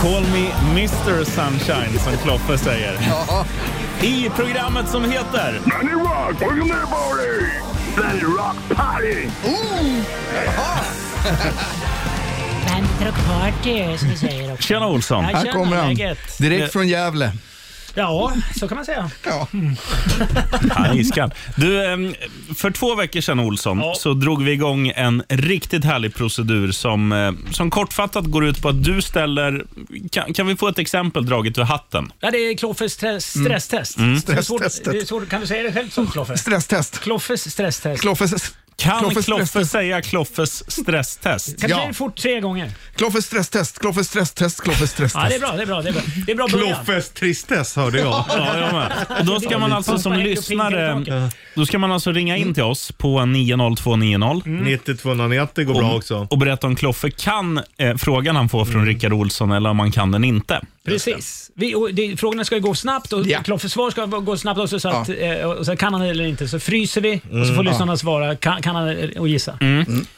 D: Call me Mr Sunshine, som Kloffe säger. I programmet som heter...
A: Danny Rock, welcome to the party! Danny Rock Party!
E: Bantrock Party, som vi säger också.
D: Tjena Olsson.
E: Ja,
C: Här
E: tjena,
C: kommer han.
E: läget?
C: Direkt från Gävle.
E: Ja, så kan man säga.
C: Ja.
D: Han är iskall. Du, ehm, för två veckor sedan Olsson, så drog vi igång en riktigt härlig procedur som, eh, som kortfattat går ut på att du ställer... Kan, kan vi få ett exempel draget ur hatten?
E: Ja, det är Kloffes
D: Mm.
E: stre- stresstest. Det är svårt,
C: Stresstestet.
E: det är svårt, kan du säga det själv som Kloffe?
C: Stresstest.
E: Kloffes stresstest.
C: Kloffes,
D: Kan
C: Kloffes
D: Kloffe
C: stresstest.
D: säga Kloffes stresstest?
E: Kan du
C: Ja.
E: säga det fort tre gånger?
C: Kloffes stresstest. Kloffes stresstest. Kloffes
E: Ja, det är
C: stresstest.
E: bra. Det är bra, det är bra. Det är bra början.
B: Kloffes tristess hörde jag.
D: Ja, jag med. Och då ska man alltså
E: liksom
D: som lyssnare Då ska man alltså ringa in till oss på 90290
B: 9290 går bra också.
D: och berätta om Kloffe kan eh, frågan han får från Rickard Olsson eller om han kan den inte.
E: Precis. Vi, och det, frågorna ska ju gå snabbt och
C: Ja.
E: Kloffes svar ska gå snabbt också. Så
C: Ja. Mm,
E: att, eh, och så kan han eller inte så fryser vi och så får lyssnarna svara. Kan, kan han eh, och gissa.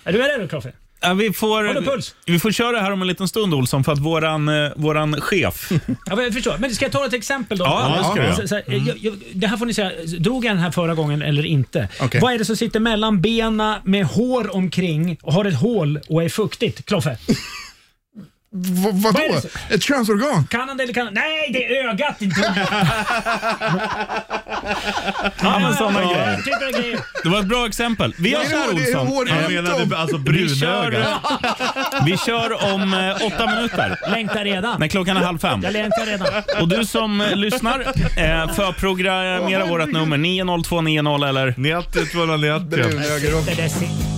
E: Är du med redo Kloffe?
D: Ja, vi,
E: Har du
D: får,
E: puls?
D: vi får köra det här om en liten stund Olsson för att våran, eh, våran chef
E: Ja, men jag förstår. Men ska jag ta ett exempel då?
D: Ja, det ska du göra. Mm.
E: Så- så här, jag, jag, det här får ni säga, drog jag den här förra gången eller inte?
C: Okej.
E: Vad är det som sitter mellan benen med hår omkring och har ett hål och är fuktigt? Kloffe,
C: V-
E: Vad är
C: vadå?
E: det?
C: Ett könsorgan?
E: kan han det eller kan han? Nej, det är ögat! Inte
D: Ja, men sådana
E: Ja,
D: grejer.
E: typ av grejer.
D: Det var ett bra exempel. Vi gör
C: Nej,
D: så här
C: det är hår-
D: Olsson.
C: det är hår-
D: Eh,
B: Han menade alltså
D: Vi kör,
B: brunöga.
D: vi kör om eh, åtta minuter.
E: Längtar redan.
D: När klockan är halv fem.
E: Jag längtar redan.
D: Och du som eh, lyssnar, eh, förprogrammera vårt nummer 90290 eller
B: 9290.
C: Brunögerrock.
E: Det där ser-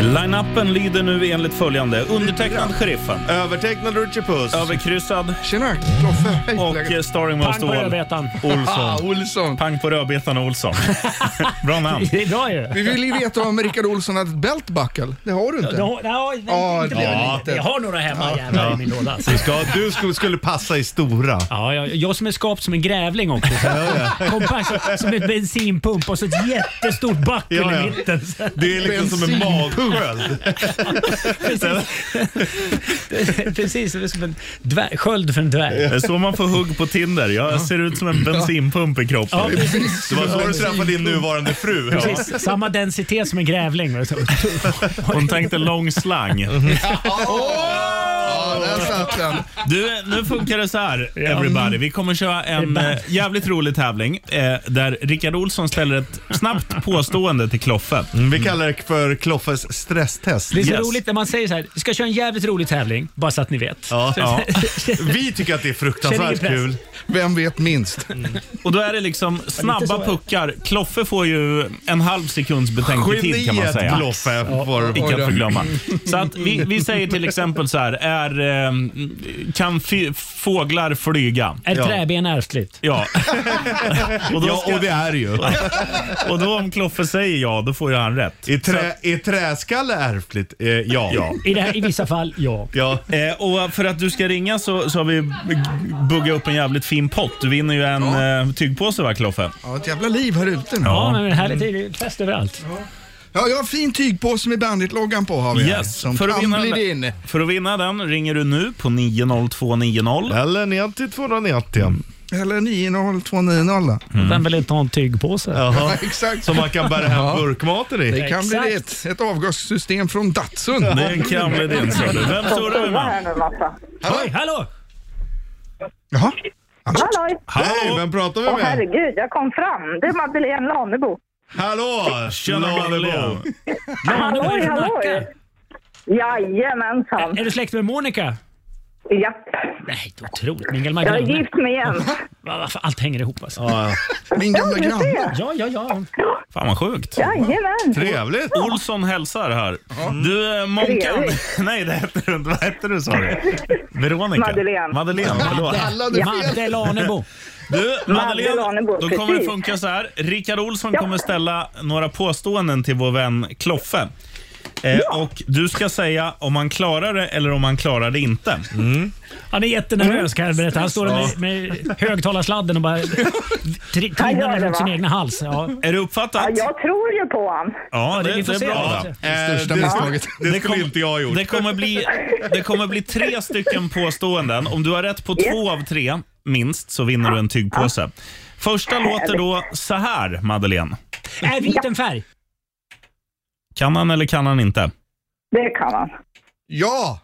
D: Line-upen lyder nu enligt följande. Undertecknad Sheriffen,
B: Övertecknad Richie Puss.
D: överkryssad
C: Tjena, Kloffe. Hej,
D: och eh,
C: läget?
D: starring
E: Pang
D: most
E: på
D: all
E: rödbetan.
C: Ah,
D: Olsson.
C: Olsson.
D: Pang på rödbetan och Olsson. Bra namn.
E: Det är bra ju.
C: Vi vill ju veta om Rickard Olsson hade ett bältbuckle. Det har du inte.
E: Ja, ja, nej,
C: Ja,
E: inte
C: det
E: bra.
C: är lite.
E: Jag har några hemma jävlar i min låda. alltså.
B: Du, ska, du skulle- skulle passa i stora.
E: Ja, jag, jag som är skapt som en grävling också. Kompakt som- som ett bensinpump och så ett jättestort buckel
B: Ja, ja.
E: i mitten. Så-
B: Det är liksom som en magsköld.
E: Precis, det är som en dvär, sköld för en dvärg.
D: Det är så man får hugg på Tinder. Jag ser ut som en bensinpump i
E: Ja,
D: kroppen.
E: precis,
B: Det var så du träffade din nuvarande fru. Ja.
E: precis. Samma densitet som en grävling. Mm-hmm.
D: Hon tänkte lång slang.
C: Åh! Ja, där satt den.
D: Du, nu funkar det så här everybody. Vi kommer köra en eh, jävligt rolig tävling eh, där Rickard Olsson ställer ett snabbt påstående till Kloffe.
B: Vi kallar det för Kloffes stresstest.
E: Det är så
D: Yes.
E: roligt när man säger så här, vi ska köra en jävligt rolig tävling, bara så att ni vet.
B: Ja.
D: Ja.
B: Vi tycker att det är
E: Känner
B: fruktansvärt
E: ingen press.
B: kul.
C: Vem vet minst?
D: Och då är det liksom
E: så är
D: snabba
E: det.
D: puckar. Kloffe får ju en halv sekunds betänketid kan man säga.
B: Geniet Kloffe var
D: Icke att förglömma. Så att vi, vi säger till exempel så här, är, eh, kan fy, fåglar flyga?
E: Är
B: Ja.
E: träben ärftligt?
D: Ja. Och då,
B: Ja,
D: ska,
B: och det är ju.
D: och då om Kloffe säger ja, då får ju han rätt.
B: Är, trä, är träskalle ärftligt? Eh, ja. ja.
E: I, det här, I vissa fall, ja.
D: Eh, och för att du ska ringa så, så har vi buggat upp en jävligt fin pott. Du vinner ju en eh, tygpåse va Kloffe?
C: Ja, ett jävla liv här ute nu.
E: Ja, men härligt. Det är ju fest överallt.
C: Ja, jag har en fin tygpåse med Bandit-loggan på har vi här,
D: Yes,
C: Som
D: för att
C: kan
D: vinna
C: bli
D: den-
C: din.
D: För att vinna den ringer du nu på 90290.
B: Eller 90 290.
C: Eller 90290 då.
E: Vem vill inte ha en tygpåse?
C: Ja,
B: Jaha.
C: exakt.
B: Som man kan bära hem burkmaten i.
C: Det kan bli
E: Exakt.
C: det. Ett avgassystem från Datsun.
D: Det är en kamlig din sa du. Vem tror du är med?
E: Oj, hallå!
C: Jaha.
J: Halloj!
B: Hej,
D: Hallå!
B: vem pratar vi
J: Åh
B: med?
J: herregud, jag kom fram. Det är Madeleine Lanebo.
B: Hallå!
D: Tjena Billy!
B: Lanebo.
E: Hallå,
J: Halloj, halloj! Jajamensan.
E: Är du släkt med Monica?
J: Japp.
E: Nej, det är otroligt. Mingel
J: Jag är
E: Magdalena.
J: gift med igen.
E: Va- va- fan, Allt hänger ihop alltså.
B: Ja,
C: Min gamla
J: Du
C: granne.
J: ser.
E: Ja, ja, ja.
D: Fan vad sjukt.
J: Jajamän.
B: trevligt.
D: Olsson hälsar här. Du, eh, Månkan... Nej, det hette du inte. Vad hette du sa du? Veronica?
J: Madeleine.
D: Madeleine, förlåt.
C: Alla du
E: Madde Lanebo.
D: Du, Madeleine,
J: Lanebo,
D: då kommer det
J: precis.
D: funka så här. Rickard Olsson
J: Ja.
D: kommer ställa några påståenden till vår vän Kloffe. Eh, Och Du ska säga om han klarar det eller om han klarar det inte.
J: Mm.
E: Han är jättenervös kan jag berätta. Han står där med, med högtalarsladden och bara tri- trillar
J: gör det,
E: runt sin
J: va?
E: egna hals. Ja,
D: Är det uppfattat?
J: Ja, jag tror ju på han.
D: Ja, det,
E: vi får
D: det är
E: se.
D: bra.
E: Ja.
B: Eh,
C: Största misstaget.
B: Det, det
D: Det
B: skulle
D: kom-
B: inte jag ha gjort.
D: Det kommer, bli, det kommer bli tre stycken påståenden. Om du har rätt på två av tre, minst, så vinner du en tygpåse. Första låter då så här, Madeleine.
E: Är Äh, vit en färg?
D: Kan han eller kan han inte?
J: Det kan han.
C: Ja!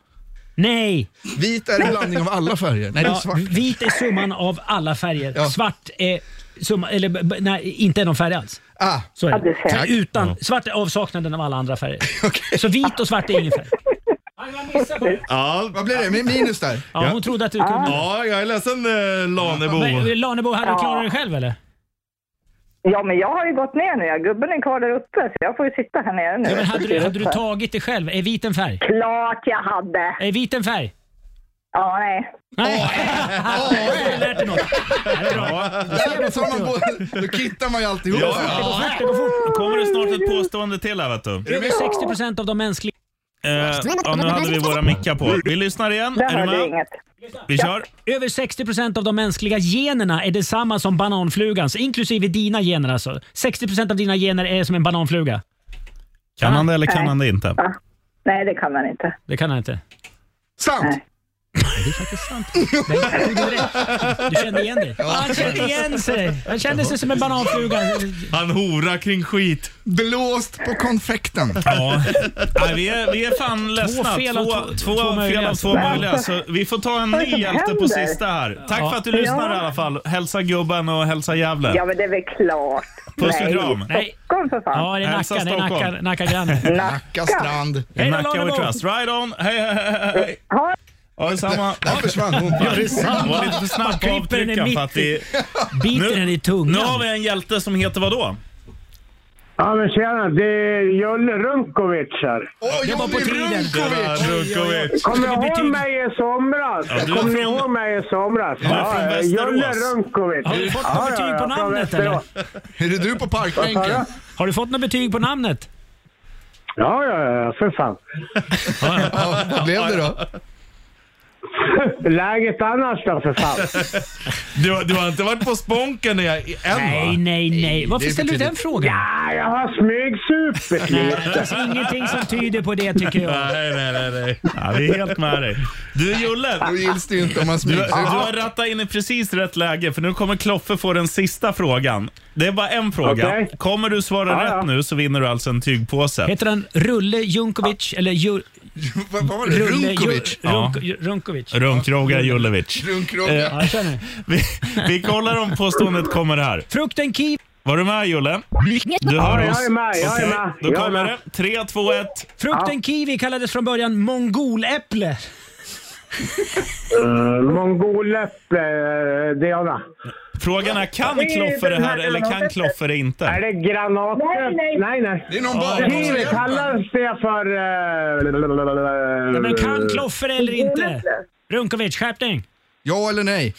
E: Nej.
C: Vit är en blandning av alla färger. Nej, det är
E: Ja,
C: svart.
E: vit är summan av alla färger.
C: Ja.
E: Svart är summa, eller, b- b- nej, inte är någon färg alls.
C: Ah,
E: Så är
J: Ja, du
E: det.
J: ser.
E: Utan, Svart är avsaknaden av alla andra färger. Så vit och svart är ingen färg.
B: Ja,
C: vad blir det? Min- Minus där.
E: Ja, hon trodde att du kunde.
B: ja, jag är ledsen eh, Lanebo.
E: Men, Lanebo, hade du
J: Ja.
E: klarat det själv eller?
J: Ja, men jag har ju gått ner nu. Gubben är kvar där uppe, så jag får ju sitta här nere nu.
E: Ja, men hade, du, hade du tagit det själv? Är vit en färg?
J: Klart jag hade.
E: Är vit en färg?
J: Ja, nej.
E: Nej. Har du lärt dig något? Det är bra. Du ser
C: Då,
E: vad fort
C: tar
E: det
C: man
E: går.
C: på, då kittar man ju alltihop.
B: Ja, ja.
E: Det går fort, det går fort.
D: Då kommer det snart ett påstående till här, vet du.
E: Över 60 procent av de mänskliga...
D: Eh, ja, nu hade vi våra mickar på. Vi lyssnar igen.
J: Där
D: Är du
J: hörde jag
D: med?
J: inget.
D: Vi kör.
E: Över 60 av de mänskliga generna är detsamma som bananflugans, inklusive dina gener alltså. 60 av dina gener är som en bananfluga.
D: Kan han det eller kan han det inte?
J: Nej, det kan han inte.
E: Det kan han inte.
C: Sant!
E: Du, du kände igen dig? Han kände igen sig. Han kände sig som en bananfluga.
B: Han horar kring skit.
C: Blåst på konfekten.
D: Ja. Nej, vi, är, vi är fan ledsna.
E: fel av två-
D: två,
E: två
D: fel
E: möjliga.
D: av två möjliga. Så vi får ta en
J: Vad är det
D: ny
J: som
D: hjälte på
J: händer?
D: sista här. Tack för att du lyssnar i alla fall. Hälsa gubben och hälsa Gävle.
J: Ja, men det är väl klart.
D: Puss och
J: Nej.
D: kram.
E: Nej.
J: Kom för fan.
E: Ja, det är
D: Hälsa
E: Nacka. Det är
D: Stockholm.
E: Nacka, Nacka granne.
C: Nacka strand.
E: Hej då,
D: Nacka we
E: Lanebo.
D: trust. Right on. Hej, hej, hej, hej.
J: Ha-
D: Ja, detsamma.
C: Där försvann hon.
D: Det var lite för snabb på
E: Klipper den
D: avtryckan,
E: mitt
D: för att det-
E: Biter den i tungan.
D: Nu har vi en hjälte som heter vadå?
H: Ja, men tjena. Det är Jolle Runkovic här.
C: Åh,
E: Det var på
C: Johnny
E: tiden.
C: Runkovic!
B: Runkovic.
H: Kommer ni
E: betyg?
H: ihåg mig i somras?
D: du är
H: Kommer ni
D: från-
H: ihåg mig i somras?
D: är från
H: eh,
D: Västerås.
H: Jolle Runkovic.
E: Har du fått något betyg på
H: jag är från
E: namnet,
H: Västerås.
E: eller?
C: Är det du på parkbänken?
E: Har du fått något betyg på namnet?
H: Ja, ja, ja, för fan.
C: Ja, vad blev det då?
H: Läget annars då, för fan?
B: Du, du har inte varit på Sponken när jag- än
E: Nej,
B: va?
E: nej, nej.
C: det
E: Varför
C: är
E: ställer du
C: betydligt-
E: den frågan?
H: Ja, jag har smygsupit lite.
E: Det finns ingenting som tyder på det tycker jag.
B: Nej, nej, nej. nej.
D: Ja, vi är helt med dig. Du Julle,
C: Då gills det ju inte om man
D: du,
C: smyger
D: du
C: sig.
D: har rattat in i precis rätt läge för nu kommer Kloffe få den sista frågan. Det är bara en fråga.
H: Okej.
D: Kommer du svara
H: Ja,
D: rätt
H: ja.
D: nu så vinner du alltså en tygpåse.
E: Heter han Rulle Junkovic eller Ju-
C: Vad var det? Runkovic?
D: Ja.
E: Runkovic.
D: Runkroga Julevic.
C: Runkroga.
D: Eh, vi, vi kollar om påståendet kommer här.
E: Frukten kiwi.
D: Var du med Julle? Du
E: Ja,
D: hör
E: jag
D: oss?
E: är med, jag är
D: Okej,
E: med.
D: Då
E: Jag är
D: kommer
E: med.
D: det. 3, 2, 1.
E: Frukten kiwi kallades från början mongoläpple.
H: Uh, Mongoläpple, eh, Diana.
D: Frågan är, kan Kloffe det här eller kan Kloffe det
H: Är
D: inte?
H: det granater?
J: Nej,
H: nej.
J: nej.
H: nej.
C: Det är någon
D: Ja,
H: Kiwi
C: barndomsvän.
H: kallas det för... eh,
E: Ja, men kan Kloffer eller inte? Runkovic, skärpning.
C: Ja eller nej?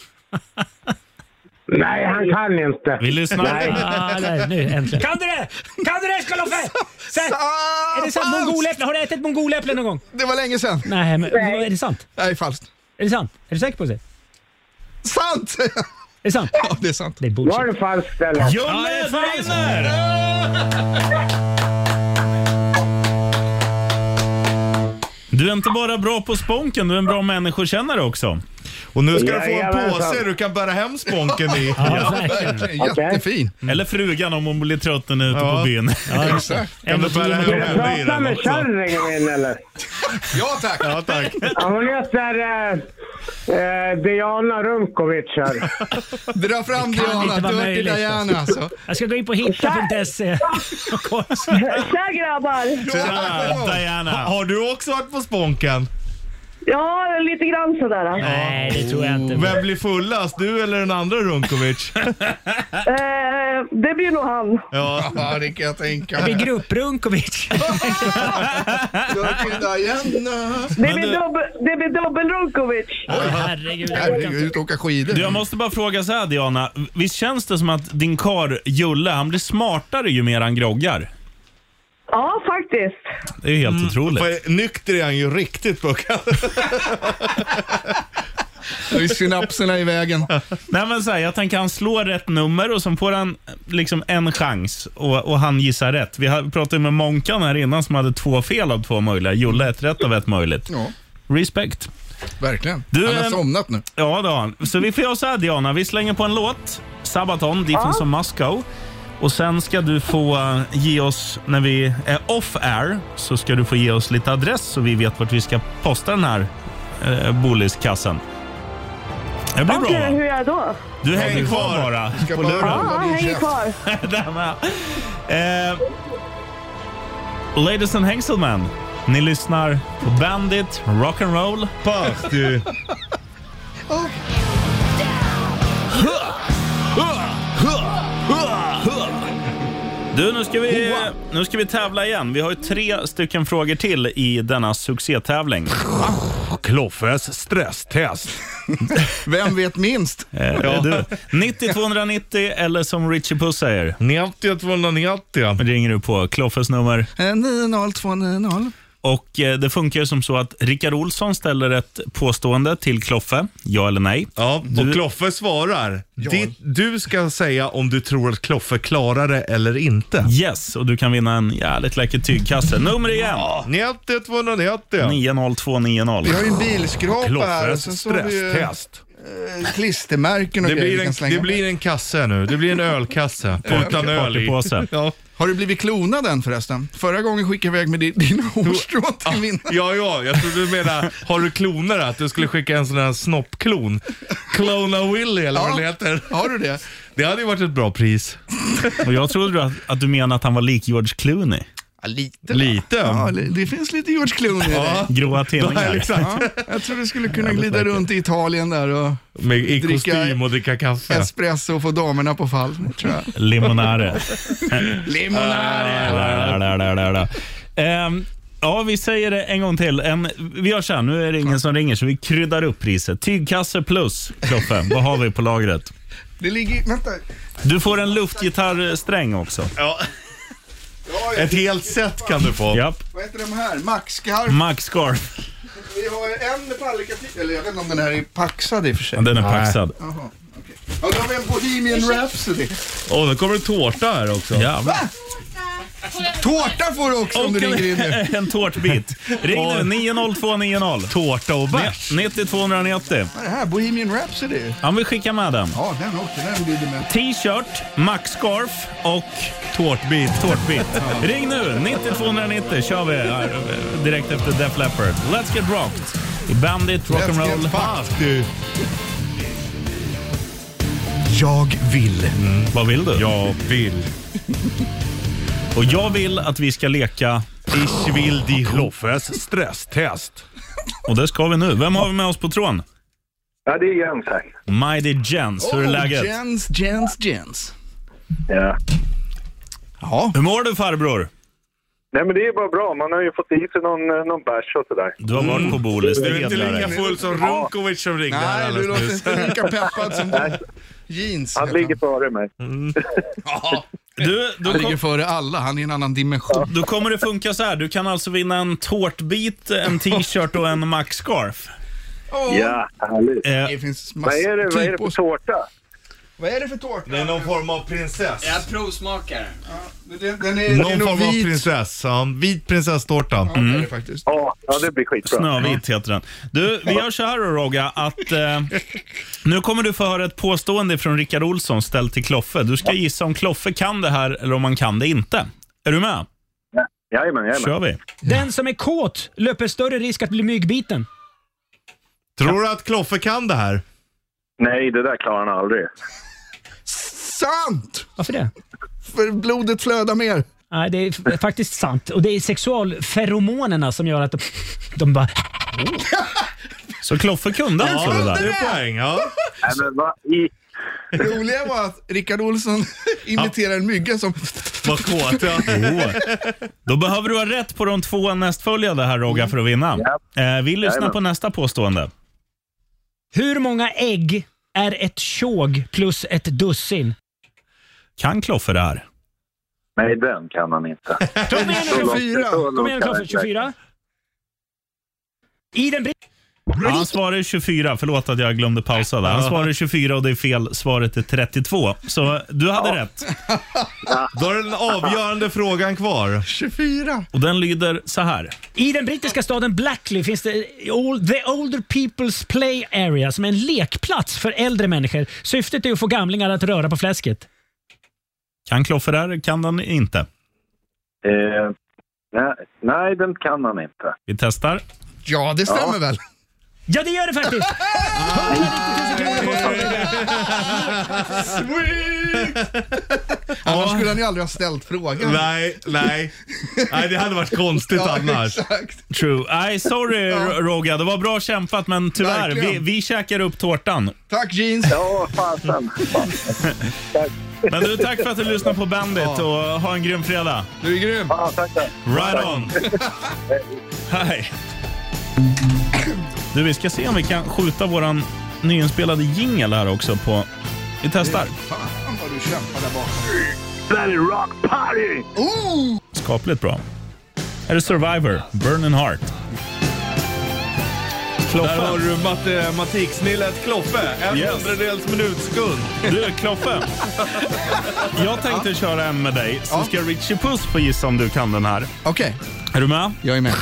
H: Nej, han kan inte.
D: Vi lyssnar.
H: Nej.
E: Ah, nej, nu äntligen. Kan du det? Kan du det Kloffe? Så här,
C: Ah,
E: Är det sant?
C: falskt!
E: Mongoläpple? Har du ätit mongoläpple någon gång?
C: Det var länge sedan.
E: Nej, men vad- är det sant?
C: Nej, falskt.
E: Är det sant? Är du säker på det? Är
C: Sant!
E: det sant?
C: ja, det är sant.
E: Det är
H: Var det
E: bullshit.
H: falskt eller?
D: Julle vinner! Du är inte bara bra på sponken, du är en bra människokännare också.
B: Och nu ska du få en
H: Jajamensan.
B: påse du kan bära hem sponken i.
E: Ja, verkligen.
C: Verkligen, Jättefin.
D: Mm. Eller frugan om hon blir trött när hon är ute
B: Ja.
D: på byn.
C: Exakt.
B: Kan du bära hem
H: Jag
B: henne i
H: pratar
B: den
H: med
B: också?
H: kärringen min eller?
C: Ja tack.
B: Ja, tack.
H: Ja, hon heter eh, eh, Diana Runkovic här.
C: Dra fram
E: kan inte
C: Diana,
E: vara
C: dirty
E: möjligt.
C: Diana alltså.
E: Jag ska gå in på hitta.se och kolla.
J: Tja grabbar!
D: Ja, Diana.
B: Har du också varit på sponken?
J: Ja, lite grann sådär.
E: Nej, det tror jag inte.
D: Oh,
B: Vem blir fullast, du eller den andra Runkovic?
J: Eh, det blir nog han.
B: Ja.
C: Ja, det kan jag tänka
E: Det är
C: mig.
E: grupprunkovic.
C: Dirty Diana.
J: Det blir,
D: du-
J: dubbel, det blir dubbel Runkovic.
E: Herregud.
C: Herregud, ut och åka skidor.
D: Du, jag måste bara fråga så här Diana. Visst känns det som att din kar Julle, han blir smartare ju mer han groggar?
J: Ja, faktiskt.
D: Det är ju helt otroligt.
B: Mm. För nykter är han ju riktigt puckad.
C: Då är synapserna i vägen.
D: Nej, men så här, jag tänker han slår rätt nummer och så får han liksom en chans och, och han gissar rätt. Vi har- pratade med Monkan här innan som hade två fel av två möjliga. Julle ett rätt av ett möjligt.
C: Ja,
D: Respekt.
C: verkligen.
D: Du,
C: Han har
D: ehm,
C: somnat nu.
D: Ja, då. har han. Så vi får göra så här Diana, vi slänger på en låt. Sabaton, Defense of Moscow. Och sen ska du få eh, ge oss, när vi är off-air, så ska du få ge oss lite adress så vi vet vart vi ska posta den här eh, boliskassen. Det blir
J: Okej,
D: bra.
J: hur
D: va?
J: gör jag då?
D: Du hänger kvar
B: kvar.
D: bara.
C: Ska bara
J: Ja,
C: hålla din
J: häng
C: käft.
J: kvar.
D: Där med. Eh, ladies and Hengselman, ni lyssnar på Bandit Rock'n'Roll.
B: Pass du.
D: Du, nu ska, vi, nu ska vi tävla igen. Vi har ju tre stycken frågor till i denna succétävling.
B: Kloffes stresstest.
C: Vem vet minst?
D: Eh, du, 90 290 eller som Richie Puss säger,
B: 90 290.
D: ringer du på Kloffes nummer.
C: Eh, 90290.
D: Och eh, Det funkar ju som så att Rickard Olsson ställer ett påstående till Kloffe, ja eller nej.
B: Ja, och Kloffe svarar. Ditt, du ska säga om du tror att Kloffe klarar det eller inte.
D: Yes, och du kan vinna en jävligt läcker tygkasse. Nummer igen!
B: 90 290.
D: 90290.
C: Vi har ju en bilskrapa här och sen
B: Kloffes
C: så har vi ju
B: stresstest.
C: eh, klistermärken och
B: Det
C: grejer
B: blir,
C: vi
B: en,
C: kan slänga.
B: det blir en kasse nu. Det blir en ölkasse. Utan öl i.
D: Partypåse.
B: Ja.
C: Har du blivit klonad än förresten? Förra gången skickade jag iväg med din, din hårstrån
B: Ah.
C: till min.
B: Ja, ja, jag trodde du menade, har du kloner? Att du skulle skicka en sån här snoppklon. Clona Willy eller vad
C: Ja.
B: den heter.
C: Har du det?
B: Det hade ju varit ett bra pris.
D: Och jag trodde att, att du menade att han var lik George Clooney.
C: Ja, lite.
B: Lite.
C: Ja, li- det finns lite George Clooney i dig.
D: Gråa tinningar.
C: Ja, jag tror du skulle kunna glida runt i Italien där och
B: Med, I
C: Dricka-
B: kostym och dricka kaffe.
C: espresso och få damerna på fall. Tror jag.
D: Limonare.
C: Limonare!
D: Där, där, där, där, där. Ehm, Ja, vi säger det en gång till. En, vi gör så här, nu är det ingen som ringer så vi kryddar upp priset. Tygkasse plus, Kloffe. Vad har vi på lagret?
C: Det ligger... Vänta.
D: Du får en luftgitarrsträng också.
B: Ja.
C: Ja,
B: Ett helt set kan du få.
D: Japp.
C: Vad heter de här? Maxskarv.
D: Max Scarf.
C: Vi har en pallika till. Eller jag vet inte om den här är paxad i och för sig.
D: Den är paxad.
C: Jaha, okej. Ja, då har vi en Bohemian Rhapsody.
B: Och nu kommer det tårta här också.
D: Ja.
C: Tårta får du också om du
D: Och en-
C: ringer in nu.
D: En tårtbit. Ring nu, 90290.
B: Tårta och bärs.
D: 90-290.
C: Vad är det här? Bohemian Rhapsody?
D: Ja, vi skickar med den.
C: Ja, den också. Den blir det med.
D: T-shirt, maxscarf och
B: Tårtbit.
D: tårtbit. Ring nu, 90290 kör vi här, eh, direkt efter Def Leppard. Let's get rocked i Bandit
C: Let's
D: Rock'n'Roll.
C: get fucked.
B: Fast du. Jag vill.
D: Vad vill du?
B: Jag vill.
D: Och jag vill att vi ska leka,
B: Ich will die Hoffes stresstest.
D: och det ska vi nu. Vem har vi med oss på tråden?
H: Ja, det är Jens här.
D: Mighty Jens, hur är
C: Oh,
D: läget?
C: Jens, Jens, Jens.
H: Ja.
C: Ja,
D: Hur mår du farbror?
H: Nej, men det är bara bra. Man har ju fått i sig någon, eh, någon bärs och sådär.
D: Du har varit på Bolis, det
B: Du Mm. är inte
D: hedrar
B: lika
D: dig.
B: full som Runkovic som ringde här
C: nej du
B: alldeles
C: låter
B: nyss.
C: inte lika peppad som du. Jeans.
H: Han ligger före mig.
C: ja,
D: Du, då
C: han
D: kom,
C: ligger före alla. Han är i en annan dimension.
D: Då kommer det funka så här. Du kan alltså vinna en tårtbit, en t-shirt och en maxscarf.
C: Åh,
H: Ja, härligt.
D: Eh,
C: Det finns
H: Vad
C: massor
H: är det, vad är det
C: typ
H: för
C: och-
H: tårta?
C: Vad är det för tårta?
B: Det är någon form av prinsess.
G: Jag provsmakar.
C: Den, den är,
B: Någon
C: den är nog
B: form av
C: vit.
B: prinsess. Ja, vit prinsesstårta.
C: Ja, det är det faktiskt.
H: Ja, ja, det blir skitbra.
D: Snövit heter den. Du, vi gör så här då Rogga, att eh, nu kommer du få höra ett påstående från Rickard Olsson ställt till Kloffe. Du ska gissa om Kloffe kan det här eller om han kan det inte. Är du med?
H: Jajamän, jajamän.
D: kör vi.
E: Den som är kåt löper större risk att bli myggbiten.
B: Tror du att Kloffe kan det här?
H: Nej, det där klarar han aldrig.
C: Sant!
E: Varför det?
C: För blodet flödar mer.
E: Nej, det är f- faktiskt sant. Och det är sexualferomonerna som gör att de, de bara...
D: Så Kloffe kunde alltså det
B: det
D: där.
B: är poäng. Ja.
H: Nej, men vad i...
C: Det roliga var att Rickard Olsson imiterar en mygga som...
B: Vad kåt jag
D: Åh. Då behöver du ha rätt på de två nästföljande här Rogga för att vinna. Eh, vi lyssnar
H: Jajamän.
D: på nästa påstående.
E: Hur många ägg är ett tjog plus ett dussin?
D: Kan Kloffe det här?
H: Nej, den kan han inte.
E: Kom igen nu, Kloffe.
C: 24.
H: Så långt
E: Kom igen nu,
H: kan
E: Kloffe.
H: han inte.
E: 24. I den bri-
D: Ja, Han svarar 24. Förlåt att jag glömde pausa där. Han svarar 24 och det är fel. Svaret är 32. Så du hade rätt.
B: Då har du den avgörande frågan kvar.
C: 24.
D: Och den lyder så här.
E: I den brittiska staden Blackley finns det Old- The Older People's Play Area som är en lekplats för äldre människor. Syftet är att få gamlingar att röra på fläsket.
D: Kan Kloffer där? Kan den inte?
H: Eh, nej, nej, den kan han inte.
D: Vi testar.
C: Ja, det stämmer väl?
E: Ja, det gör det faktiskt! 190 000 kronor kostar det.
C: Annars skulle han ju aldrig ha ställt frågan.
B: Nej, nej. Nej, det hade varit konstigt
C: Ja,
B: annars.
C: exakt.
D: True. Nej, sorry R- Roga. Det var bra kämpat, men tyvärr. Vi,
C: Verkligen.
D: vi käkar upp tårtan.
C: Tack jeans.
H: Ja, fasen.
D: Men du, tack för att du lyssnade på Bandit och ha en grym fredag.
C: Du är grym.
H: Ja, tack, tack.
D: Right on! Hej! Du, vi ska se om vi kan skjuta våran nyinspelade jingle här också på... Vi testar.
C: Fan vad du kämpar där bakom.
H: Bloody rock party!
D: Skapligt bra. Här är Survivor, Burning Heart.
B: Där har
D: Kloffe,
B: du matematiksnillet Kloffe. En
D: Yes.
B: hundradels minutskund.
D: du Kloffe. Jag tänkte köra en med dig, så
C: Ja.
D: ska Richie Puss få gissa om du kan den här.
C: Okej,
D: Är du med?
C: jag är med.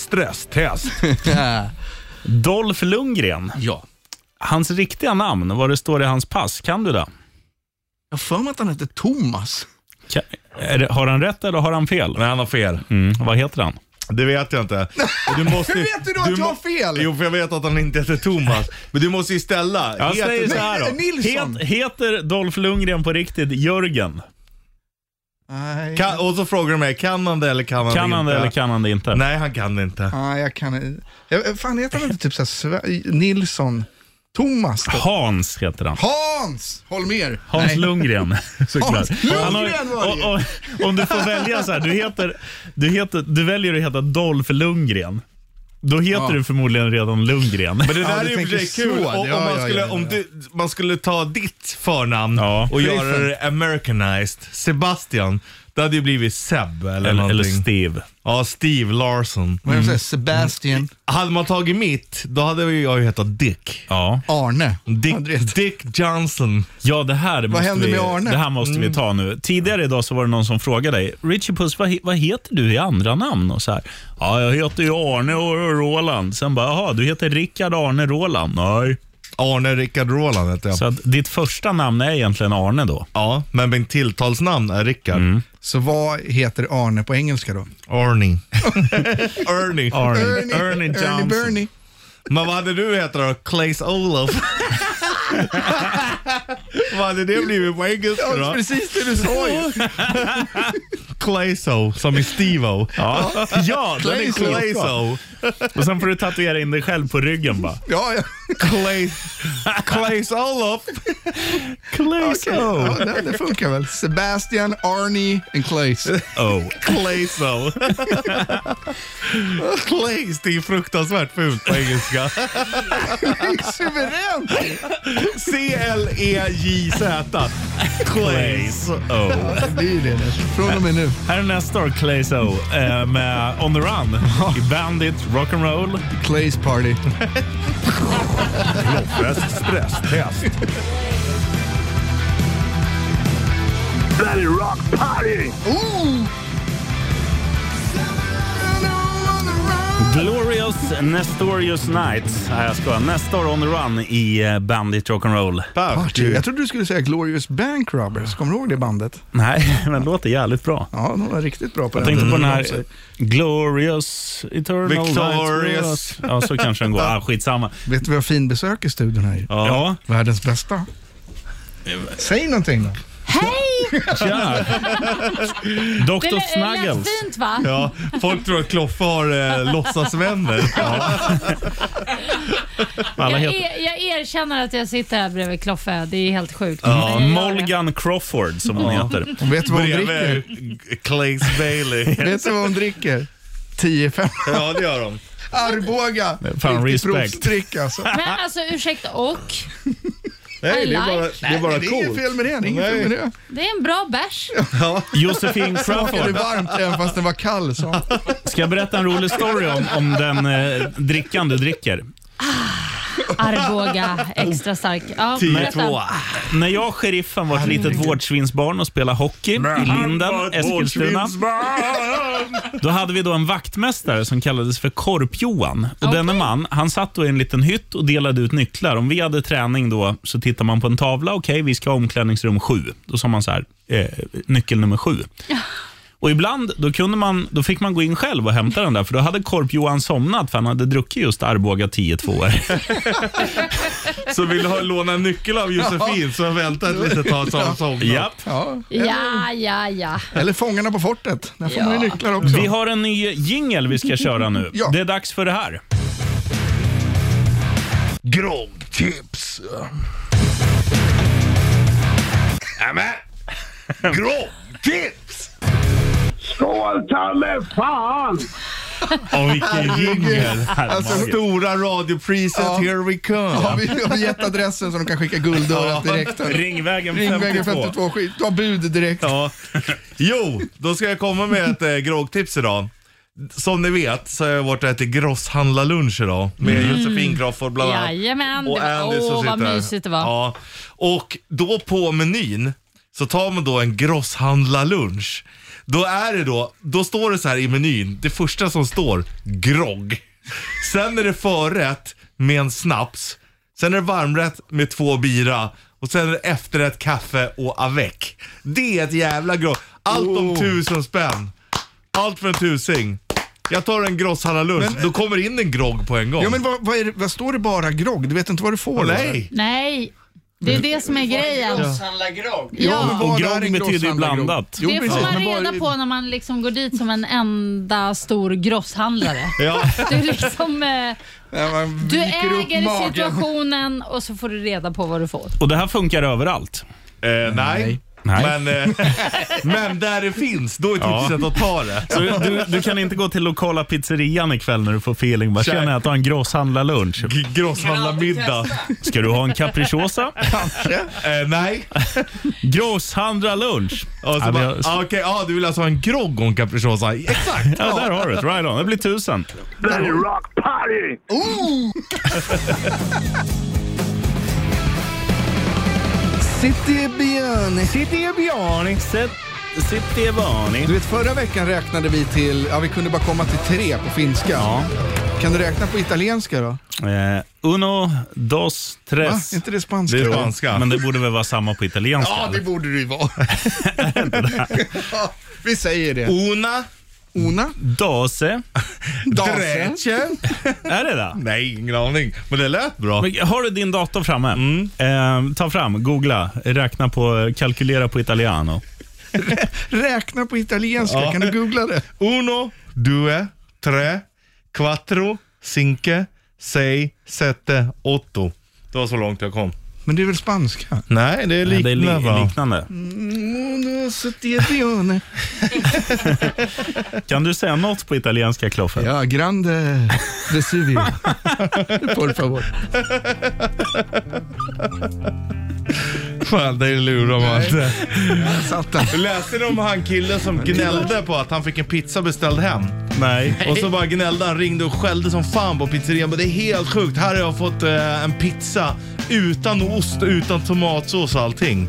B: stresstest.
D: Dolph Lundgren,
C: ja.
D: hans riktiga namn, vad det står i hans pass, kan du det?
C: Jag har för mig att han heter Thomas.
D: Kan, är det har han rätt eller har han fel?
B: Nej, han har fel.
D: Mm, vad heter han?
B: Det vet jag inte. Du måste,
C: Hur vet du då att jag
B: må-
C: har fel?
B: Jo, för jag vet att han inte heter Thomas. Men du måste ju ställa.
D: Jag
B: Heter-
D: säger så här
C: Nej,
D: då.
C: Nilsson.
D: Het, heter Dolph Lundgren på riktigt Jörgen?
C: Nej,
B: Kan, och så frågar du mig, kan han det eller kan han
D: Kan
B: det
D: han
B: inte?
D: det eller kan han det inte?
B: Nej, han kan det inte.
C: nej, jag kan jag, Fan, heter han inte typ såhär Sve- Nilsson? Thomas? då?
D: Hans heter han.
C: Hans Holmér?
D: Hans
C: Nej.
D: Lundgren. Såklart.
C: Lundgren
D: Han
C: var det ju.
D: och, och, Om du får välja så här, du, heter, du, heter, du väljer att heta Dolph Lundgren. Då heter
C: Ja.
D: du förmodligen redan Lundgren.
B: Men det
C: Ja,
B: där
C: du
B: är ju för sig
C: tänker
B: kul.
C: så.
B: Och, om
C: Ja,
B: man
C: ja,
B: skulle,
C: ja, ja,
B: Om
C: ja.
B: du, man skulle ta ditt förnamn
D: Ja.
B: och
C: Clifford.
B: göra det americanized, Sebastian. Det hade ju blivit Seb eller,
D: Eller, eller
B: någonting.
D: Steve.
B: Ja, Steve Larsson.
C: Vad är det
D: Mm.
C: säger? Sebastian,
B: Hade man tagit mitt, då hade ju jag ju hetat Dick.
D: Ja.
C: Arne. Hade det-
B: Dick, Dick Johnson.
D: Ja, det här måste,
C: hände
D: vi,
C: med Arne? Mm.
D: Det här måste vi ta nu. Tidigare idag så var det någon som frågade dig, Richie Puss, vad, he- vad heter du i andra namn? Och så här, ja, jag heter ju Arne och och Roland. Sen bara, jaha, du heter Rickard Arne Roland? Nej.
B: Arne Rickard Roland heter jag.
D: Så att ditt första namn är egentligen Arne då?
B: Ja, men min tilltalsnamn är Rickard.
C: Så vad heter Arne på engelska då?
B: Arnie. Ernie.
D: Arne. Ernie
C: Ernie
D: Johnson.
C: Bernie.
B: Men vad hade du hetat då? Claes Olof? vad hade det blivit på engelska
C: Ja,
B: då?
C: precis det du sa ju.
B: Claeso, som i Steve-O.
D: Ja, ja den är klok.
B: Claeso.
D: Och sen får du tatuera in dig själv på ryggen bara.
C: Ja, ja.
B: Clay, Claes Olof.
D: Claeso.
C: ja det, det funkar väl. Sebastian, Arnie and Claes.
D: Oh.
B: Claeso. Claes, det är fruktansvärt fult på engelska.
C: Suveränt!
B: C-L-E-J-Z. E Claes.
D: Oh.
C: Det blir det. Från och med nu.
D: Här är nästa år, Claeso eh, med On the Run i Bandit Rock'n'Roll.
C: Claes party.
B: Stresstest.
A: Bloody Rock Party!
D: Glorious Nestorius Nights. Nej, jag skojar. Nestor On the Run i eh, Bandit Rock'n'Roll.
C: Party. Jag trodde du skulle säga Glorious Bank Robbers. Kommer du ihåg det bandet?
D: Nej, men det låter jävligt bra.
C: Ja, de var riktigt bra på
D: Jag
C: den. Mm.
D: tänkte på den
C: tiden.
D: här Glorious Eternal
B: Victorious.
D: Nights. Ja, så kanske den går. Ah, skitsamma.
C: Vet du vi har fin besök i studion här?
D: Ja,
C: Världens bästa. Säg någonting då.
K: Hej!
D: tja.
K: Det
D: Dr.
K: lä- lät
D: Snuggles.
K: fint eh, va?
B: Ja, folk tror att Kloffe har eh, låtsasvänner.
D: Alla
K: Jag,
D: heter...
K: er, jag erkänner att jag sitter här bredvid Kloffe. Det är helt sjukt. Men
D: Ja,
K: jag gör det.
D: Molgan Crawford som hon heter.
C: Och vet du vad hon dricker?
B: Bredvid Claes Bailey.
C: Vet du vad hon dricker? 10-5.
B: Ja, det gör de.
C: Arboga.
D: Fan,
C: Riktig
D: respect.
C: proffsdrick alltså.
K: Men alltså ursäkta och.
B: Nej, det är bara, det är bara
C: Det är inget
B: coolt.
C: fel med det. Det är inget
B: Nej.
C: fel med det.
K: Det är en bra bärs.
D: Josefine
C: Det är
D: Crawford.
C: varmt även fast den var kall. Så.
D: Ska jag berätta en rolig story om, om den eh, drickan du dricker?
K: Ah, Arboga extra stark. Ja, berätta.
D: När jag och sheriffen var ett litet vårdsvinsbarn och spelade hockey i Linden, Eskilstuna. Då hade vi då en vaktmästare som kallades för Korp-Johan. Och Denne man han satt då i en liten hytt och delade ut nycklar. Om vi hade träning då så tittar man på en tavla. Okej, vi ska ha omklädningsrum sju. Då sa man så här, eh, nyckel nummer sju. Och ibland då, kunde man, då fick man gå in själv och hämta den där, för då hade Korp-Johan somnat för han hade druckit just Arboga 10-2 år.
B: Så vill ha låna en nyckel av Josefin så vänta ett litet tag så har hon somnat.
D: Japp.
C: Ja.
K: Ja, ja, ja.
C: Eller Fångarna på fortet. Där får man ju nycklar också.
D: Vi har en ny jingel vi ska köra nu.
C: Ja.
D: Det är dags för det här.
A: Groggtips. Nämen! Groggtips! Skål ta mig fan!
D: Åh, vilken jingel!
B: Alltså stora radiopriset
C: Ja.
B: here we
C: Ja,
B: come.
C: vi har gett adressen så de kan skicka guldörat direkt.
D: Ringvägen 52.
C: Ringvägen 52. skit- Ta bud direkt.
D: Ja.
B: Jo, då ska jag komma med ett eh, groggtips idag. Som ni vet så har jag varit och ätit grosshandlarlunch idag med Josefin Crawford bland annat.
K: Mm. Jajamän. det
B: Och
K: var-
B: Andy som
K: Åh,
B: sitter
K: vad
B: här.
K: mysigt det var.
B: Ja. Och då på menyn så tar man då en grosshandlarlunch. Då är det då, då står det så här i menyn, det första som står, grogg. Sen är det förrätt med en snaps. Sen är det varmrätt med två bira. Och sen är det efterrätt, kaffe och avec. Det är ett jävla grogg. Allt om
K: Oh.
B: tusen spänn. Allt för en tusing. Jag tar en grosshandlarlunch, då kommer det in en grogg på en gång.
C: Ja, men vad, vad, är det, vad står det bara grogg? Du vet inte vad du får? då, eller?
B: Nej!
K: Nej, det är det som är grejen.
G: Handla grogg.
C: Ja, men
K: Ja.
C: vad
D: Och
C: är
D: grogg
C: en
D: betyder ju
C: grosshandlargrogg?
D: blandat.
C: Jo,
K: Det får
C: precis,
K: man
C: men vad är
K: reda
C: det-
K: på när man liksom går dit som en enda stor grosshandlare.
B: Ja.
K: Du, är liksom, eh,
C: när man
K: du
C: viker upp
K: äger
C: magen.
K: situationen och så får du reda på vad du får.
D: Och det här funkar överallt.
B: Eh, nej. Men, eh, men där det finns, då är tipset att ta det.
D: Så du, du kan inte gå till lokala pizzerian ikväll när du får feeling. Bara,
B: Tja.
D: känner jag att ha en grosshandlarlunch.
B: Grosshandlarmiddag.
D: Ska du ha en capricciosa?
B: Kanske. Eh, nej.
D: Grosshandlarlunch.
B: Och så
D: Ja,
B: bara,
D: men jag-
B: ah, okej, ah, du vill alltså ha en grogg och en capricciosa? Exakt!
D: Ja, där har du det. Right on. Det blir tusen.
H: Bloody rock party! Ooh.
C: City e Biani.
D: City e Biani. City e Biani.
C: Du vet, förra veckan räknade vi till, ja vi kunde bara komma till tre på finska. Kan du räkna på italienska då?
D: Eh, uno, dos, tres.
C: Va? Inte det spanska?
D: Jo,
C: Det är spanska.
D: Men det borde väl vara samma på italienska?
C: Ja,
D: eller?
C: det borde du ju vara. ja, vi säger det.
B: Una.
C: Una.
D: Dase.
B: Drätje.
D: Är det det?
B: Nej, ingen aning. Men det lät bra.
D: Men har du din dator framme? Eh, ta fram, googla, räkna på, kalkylera på italiano.
C: Räkna på italienska,
B: Ja.
C: kan du googla det?
B: Uno, due, tre, quattro, cinque, sei, sette, otto. Det var så långt jag kom.
C: Men det är väl spanska?
B: Nej, det är
D: Nej, det är
B: liknande.
D: li-
B: va?
D: liknande.
C: Uno, City e Biani.
D: Kan du säga något på italienska, Kloffe?
C: Ja, Grande Vesuvio. Por favor.
B: Fan, det lurar man inte.
C: Satt den.
B: Läste ni om han killen som gnällde på att han fick en pizza beställd hem?
D: Nej.
B: Och så bara gnällde han, ringde och skällde som fan på pizzerian. Men det är helt sjukt. Här har jag fått eh, en pizza utan ost, utan tomatsås och allting.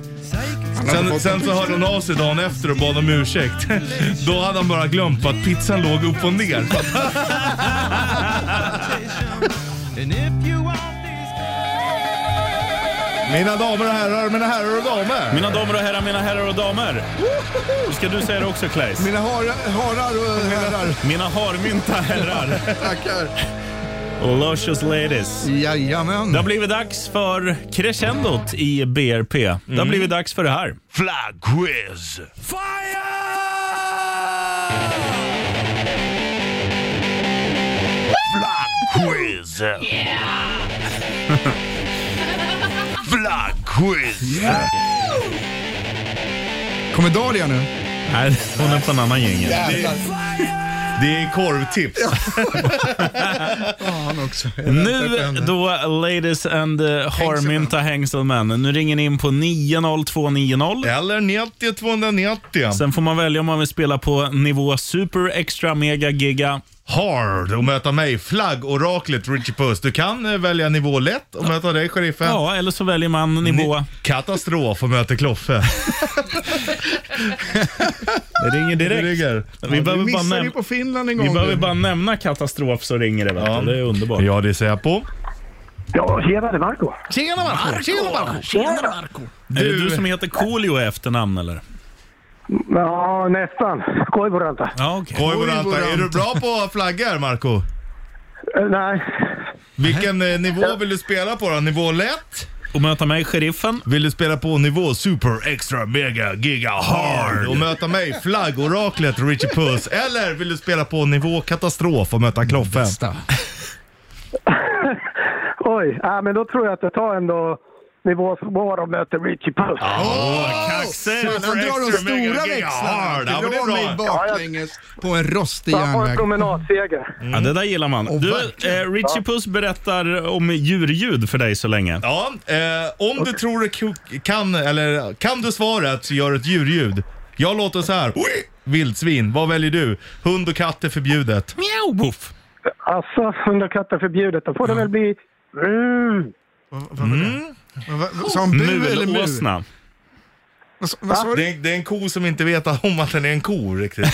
B: Sen, sen så hörde han av sig dagen efter och bad om ursäkt. Då hade han bara glömt att pizzan låg upp och ner. Mina damer och herrar, mina herrar och damer.
D: Mina damer och herrar, mina herrar och damer. Ska du säga det också, Claes?
C: Mina har- harar och herrar.
D: Mina harmynta herrar
C: Tackar.
D: och luscious ladies.
C: Jajamän.
D: Det har blivit dags för crescendot i BRP. Det
B: Mm.
D: har blivit dags för det här.
A: Flag quiz! Fire! Flag quiz! Flag quiz!
C: Kommer Dahlia nu?
D: Nej, hon är på en annan jingel.
C: Jävlar.
B: Det är korvtips.
C: Ja, han också. Jag väntar
D: Nu
C: på henne.
D: då, ladies and eh, harmynta hängselmän. Nu ringer ni in på 90290.
B: Eller 90 290.
D: Sen får man välja om man vill spela på nivå super, extra, mega, giga.
B: Hard och möta mig, flaggoraklet Richie Puss. Du kan eh, välja nivå lätt och möta dig, sheriffen.
D: Ja, eller så väljer man nivå...
B: Katastrof och möter Kloffe.
D: Det ringer
B: Det
D: direkt.
B: ringer.
D: Vi,
C: Vi
D: behöver bara,
C: missade ju
D: näm-
C: på Finland en
D: vi
C: gång.
D: behöver
C: nu.
D: bara nämna katastrof så ringer det. Vet du.
B: Ja.
D: Det är underbart.
B: Ja, det ser jag på.
H: Ja, tjena, det är Marco.
B: Tjena Marko! Tjena Marko!
D: Är det du som heter Coolio i efternamn eller?
H: Ja, nästan. Koivuranta.
D: Ja, okej.
B: Koivuranta, är du bra på flaggor Marko?
H: Eh, Nej.
B: Vilken eh, nivå vill du spela på då? Nivå lätt?
D: Och möta mig, sheriffen.
B: Vill du spela på nivå super, extra, mega, giga, hard och möta mig, flaggoraklet Richie Puss? Eller vill du spela på nivå katastrof och möta Kloffe?
H: Oj, ja, men då tror jag att jag tar ändå nivå svår och möter Richie Puss.
D: Kaxigt!
C: Fan, Han drar de
B: Extra mega
C: stora
B: giga
C: växlarna.
B: hard. Ja, men det
C: Dra
B: är
C: mig
B: bra.
C: baklänges på en rostig
H: Jag får en
C: järnväg.
H: promenadseger.
D: Ja, det där gillar man. du,
C: Mm. verkligen.
D: eh, Richie Puss berättar om djurljud för dig så länge.
B: Ja, eh, om du tror du ku- kan, eller kan du svaret så gör ett djurljud. Jag låter så här. Vildsvin, vad väljer du? Hund och katt är förbjudet.
D: Mjau! Puff.
H: Alltså, hund och katt är förbjudet. Då får det väl bli... Mm.
C: Men vad- vad- Sa han bu eller mu?
D: Mulåsna.
C: Vad sa- Vad sa du?
B: Det är, det är en ko som inte vet om att den är en ko riktigt.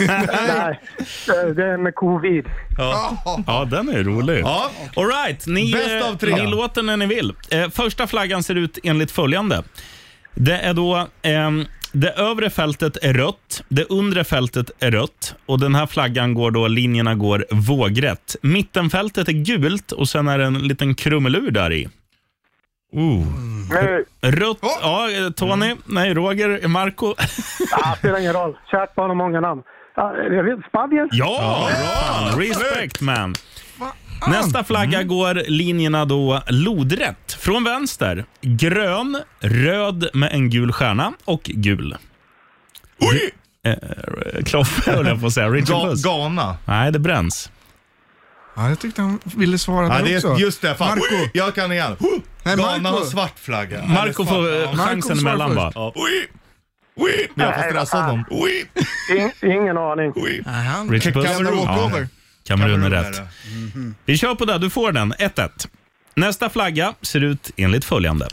H: Nej, Eh, det är med covid.
D: Ja, den är rolig.
B: Ja,
D: All right, ni,
B: Bäst
D: eh,
B: av tre.
D: ni låter när ni vill. Eh, första flaggan ser ut enligt följande. Det är då... ehm, det övre fältet är rött, det undre fältet är rött och den här flaggan går då, linjerna går vågrätt. Mittenfältet är gult och sen är det en liten krumelur där i.
B: oh.
H: Nu!
D: Rött, ja, eh, Tony, nej, Roger, Marco.
H: Ah, Mm. spelar ingen roll. Kärt barn har många namn. Ah, jag vet, Spanien?
D: Ja, fan, respect man.
B: Ah.
D: Nästa flagga
B: Mm.
D: går linjerna då lodrätt. Från vänster, grön, röd med en gul stjärna och gul. Oj! Kloffe höll jag på att säga. Richard
B: Ga-
D: Puss.
B: Ghana.
D: Nej, det bränns.
C: Ja, jag tyckte han ville svara
B: Ja,
C: där
B: det
C: också.
B: är, just det, fan.
C: Marco.
B: Jag kan igen.
C: Nej,
B: Ghana
C: Marco.
B: har svart flagga.
D: Marco
B: Eller svart,
D: får, eh,
B: ja.
D: chansen
B: Marco svarar
D: emellan,
B: först.
D: va?
B: Ja. Ui. Ui. Men jag får
H: Nej,
B: stressa
H: vad
B: honom.
H: fan.
B: Ui.
H: In, ingen aning.
D: Richard Puss.
B: Kamerun.
D: Ja, Kamerun är rätt. Vi kör på det, du får den. 1-1. Nästa flagga ser ut enligt följande.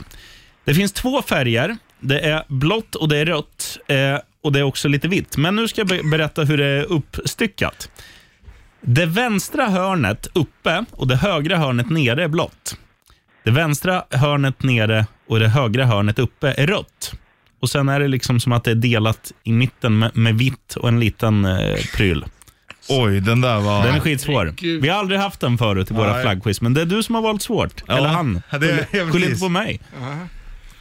D: Det finns två färger. Det är blått och det är rött. Eh, och det är också lite vitt. Men nu ska jag be- berätta hur det är uppstyckat. Det vänstra hörnet uppe och det högra hörnet nere är blått. Det vänstra hörnet nere och det högra hörnet uppe är rött. Och Sen är det liksom som att det är delat i mitten med, med vitt och en liten eh, pryl.
B: Oj, den där var...
D: Den är skitsvår. Vi har aldrig haft den förut i våra
B: Nej.
D: flaggquiz, men det är du som har valt svårt.
B: Ja,
D: Eller han.
B: ja, det är- ja,
D: Skyll inte
B: precis.
D: på mig.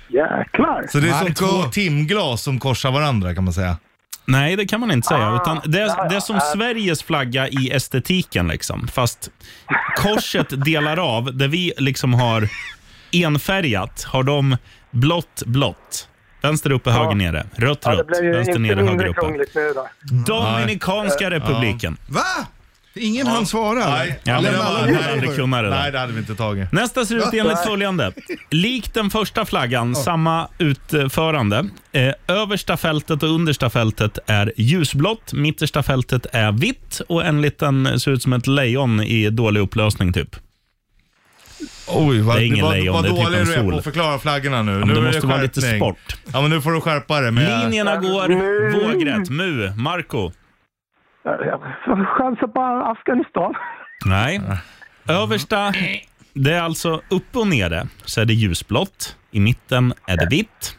H: Jäklar!
B: Så det är som
D: Marco.
B: två timglas som korsar varandra kan man säga.
D: Nej, det kan man inte
H: Ah.
D: säga. Utan det, är, det är som Sveriges flagga i estetiken, liksom. fast korset delar av. Där vi liksom har enfärgat har de blått, blått. Vänster uppe, höger nere. Rött,
H: Ja, det
D: rött.
H: blev ju
D: Vänster
H: inte
D: nere, höger
H: mindre
D: uppe.
H: krångligt nu då.
D: Dominikanska republiken.
C: Va? Ingen hann svara.
B: Nej,
D: Ja, men
B: Lämna
D: jag
B: alla
D: hade
B: frågor.
D: aldrig kunnat det där.
B: Nej, det hade vi inte tagit.
D: Nästa ser ut enligt
B: Nej.
D: följande. Likt den första flaggan, samma utförande. Eh, översta fältet och understa fältet är ljusblått, mittersta fältet är vitt och en liten, ser ut som ett lejon i dålig upplösning typ.
B: Oj, vad,
D: Det är ingen
B: vad,
D: lejon,
B: vad
D: det är typ
B: dålig
D: en
B: du är på
D: sol.
B: att förklara flaggorna nu.
D: men
B: nu
D: det
B: är
D: måste vara lite
B: skärpning.
D: sport.
B: Ja, men nu får du skärpa dig. Men
D: Linjerna går vågrätt. Mu, Marco.
H: Chansa på Afghanistan.
D: Nej. Översta, det är alltså upp och nere så är det ljusblått. I mitten är det vitt.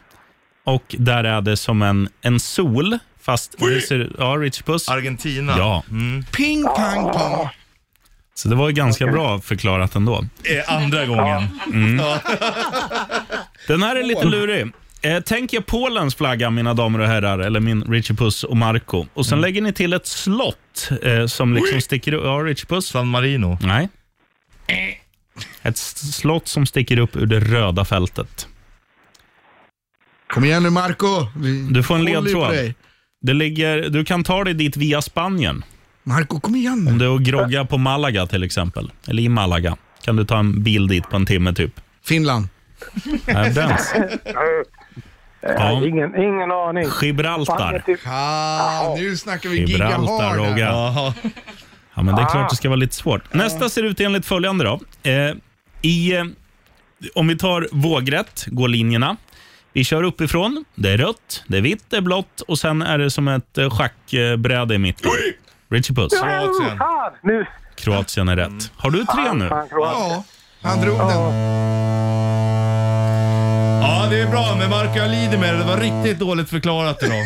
D: Och där är det som en, en sol, fast det ser, ja, Rich Puss.
B: Argentina.
D: Ja,
B: Mm.
C: Ping, pang, pong.
D: så det var ju ganska bra förklarat ändå. Mm.
B: Eh, Andra gången.
D: Den här är lite lurig. Eh, tänk er Polens flagga, mina damer och herrar, eller min Richie Puss och Marco. Och
B: Mm.
D: sen lägger ni till ett slott eh, som liksom sticker upp. Ja, Richie Puss.
B: San Marino.
D: Nej. Ett s- slott som sticker upp ur det röda fältet.
C: Kom igen nu Marco. Vi
D: Du får en
C: håller ju på
D: ledtråd.
C: dig.
D: Det ligger, du kan ta dig dit via Spanien.
C: Marco, kom igen
D: Om
C: nu.
D: du är och groggar på Malaga till exempel, eller i Malaga, kan du ta en bil dit på en timme typ.
C: Finland.
D: Nej, Bränns. Ja.
H: Ingen, ingen aning. Fan,
D: Gibraltar.
H: jag typ-
C: Ah, nu snackar vi
D: Gibraltar,
C: gigahard.
D: Rogga.
C: här.
B: Jaha.
D: Ja, men det är
H: Ah.
D: klart det ska vara lite svårt. Nästa ser ut enligt följande. Då. Eh, i, eh, om vi tar vågrätt, går linjerna. Vi kör uppifrån. Det är rött, det är vitt, det är blått och sen är det som ett eh, schackbräde i mitten. Richie Puss.
B: Kroatien.
H: Fan, nu.
D: Kroatien är rätt. Har du tre nu?
H: Fan, Kroatien.
C: Ja, han drog den.
B: Ja, det är bra, men Marco, jag lider med det. Det var riktigt dåligt förklarat idag.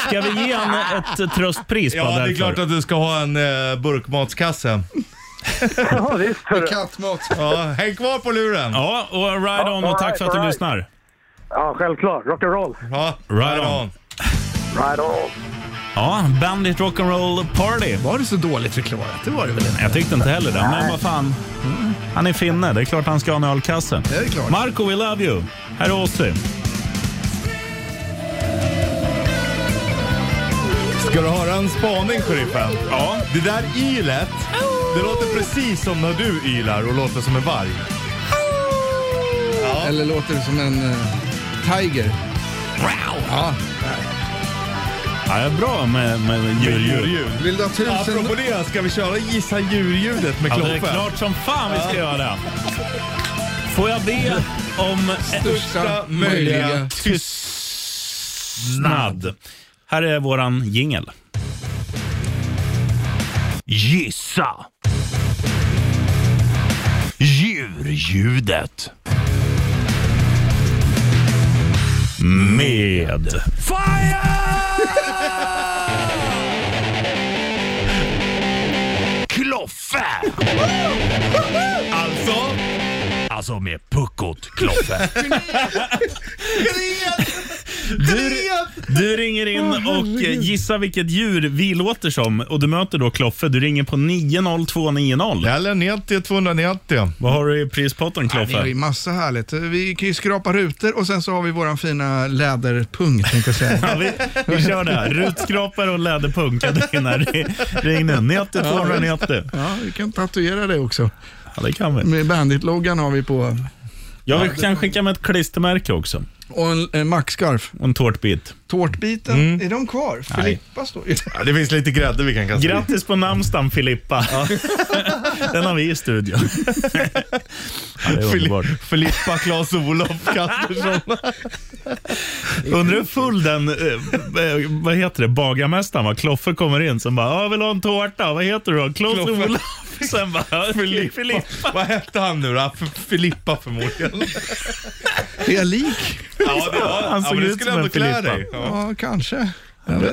D: Ska vi ge honom ett eh, tröstpris? bara
B: Ja, det är
D: därför?
B: klart att du ska ha en eh, burkmatskasse.
H: Ja, visst. hörru.
C: Kattmat.
B: Ja, häng kvar på luren.
D: Ja, och ride
H: all
D: on och tack
H: right,
D: för att du
H: all right.
D: lyssnar.
H: Ja, självklart. Rock'n'roll.
B: Ja,
D: Right
B: right
D: on.
B: on.
H: Right on.
D: Ja, Bandit Rock'n'Roll Party.
C: Var det så dåligt förklarat? Det var det väl inte?
D: Jag tyckte inte heller det, men vad fan. Mm. Han är finne, det är klart han ska ha en ölkasse.
C: Det är klart.
D: Marco, we love you. Här är Ozzy.
B: Ska du höra en spaning, sheriffen?
D: Ja.
B: Det där ylet, det låter precis som när du ylar och låter som en varg.
C: Eller låter det som en eh, tiger? Ja.
D: Ja, bra med, med djurljud.
B: Djurljud.
C: Vill du ha tusen...
B: Apropå det, ska vi köra Gissa djurljudet med
D: Ja,
B: Kloffe?
D: det är klart som fan vi ska göra det. Får jag be om
C: Största
B: möjliga
C: möjliga.
D: tystnad? Här är våran jingel.
A: Gissa. Djurljudet.
D: Med...
A: Kloffe! alltså? Alltså med puckot Kloffe.
D: Du, du ringer in
L: Åh,
D: och eh, gissa vilket djur vi låter som. Och Du möter då Kloffe. Du ringer på 90290.
B: Eller 90 290.
D: Vad har du i prispotten,
C: Ja, vi har ju
D: Kloffe?
C: massa härligt. Vi kan ju skrapa rutor och sen så har vi våran fina läderpung tänkte jag säga.
D: Ja, vi, vi kör det här. Rutskrapare och läderpung. Katarina, ri- ring nu. 90 290.
C: Ja, vi kan tatuera det också.
D: Ja, det kan vi.
C: Med Bandit-loggan har vi på.
D: Jag vill- kan skicka med ett klistermärke också.
C: Och en, en maxskarf.
D: Och en tårtbit.
C: Tårtbiten, är de kvar?
D: Mm. Nej.
C: Filippa står ju
B: Ja, det finns lite grädde vi kan kasta i.
D: Grattis på namnsdagen Filippa. Den har vi i studion. Ja, det är underbart.
B: Filippa Claes-Olof Kaspersson.
D: Undrar hur full den, eh, eh, vad heter det, bagarmästaren var. Kloffe kommer in som bara, "Ja, jag vill ha en tårta. Vad heter du då? Kloffe
B: Kloffe.
D: Olof. Sen bara, Filippa.
B: Vad hette han nu då? F- Filippa förmodligen.
C: Är jag lik?
B: Ja, det var
D: Han såg
B: men du
D: ut
B: skulle
D: som en
B: ändå klä
D: Filippa.
B: dig. Ja.
C: Ja, kanske.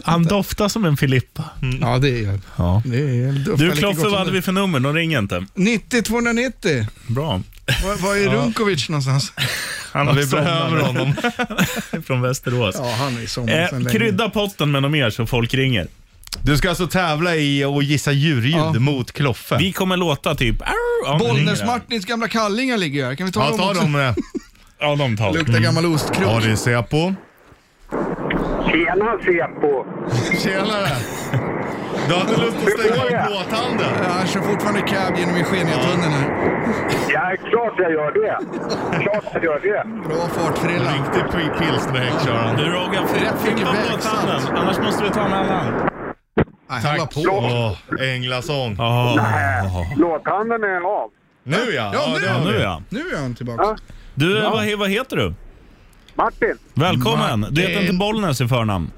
D: Han doftar som en Filippa.
B: Mm.
C: Ja, det är jag.
D: Ja.
C: Det är, det doftar
D: Du
C: lite
D: Kloffe,
C: gott om
D: vad hade
C: det.
D: vi för nummer? De ringer inte.
C: 90 290.
D: Bra.
C: Var, var är
D: Ja.
C: Runkovic någonstans?
D: Han
B: Ja, vi behöver honom.
D: Från Västerås.
C: Ja, han är i sommar
D: Eh,
C: sedan länge.
D: krydda potten med något mer så folk ringer.
B: Du ska alltså tävla i att gissa djurljud mot Kloffe.
D: Vi kommer låta typ... "Arr", om det ringer.
C: Bollnäs-Martins gamla kallingar ligger ju här. Kan vi ta
B: Ja,
C: dem
B: ta
C: också?
B: dem eh, med.
D: Ja, de tar vi.
C: Luktar
B: Mm.
C: gammal ostkrok.
B: Ja, det ser jag på.
H: Tjena Sepo!
B: Tjenare! Du hade lust att stänga av
C: Ja,
B: plåthandeln.
C: han kör fortfarande cab genom Eugeniatunneln här.
H: Ja, klart jag gör det. Klart jag gör det.
C: Bra fartfrilla.
B: Riktig pri- pilsnerhäck kör han.
D: Du Rogan,
C: Rätt finger
D: klippa
C: vägsalt.
D: båthandeln. Annars måste vi ta en annan.
C: Nej, han la
B: Tack.
C: på.
B: Åh, Änglasång.
H: Låthandeln är av.
B: Nu ja.
C: Ja, nu.
B: det har vi.
D: Nu ja.
C: Nu är han tillbaka.
H: Ja.
D: Du, vad, he- vad heter du?
H: Martin?
D: Välkommen. Du heter
C: Martin.
D: inte Bollnäs i förnamn.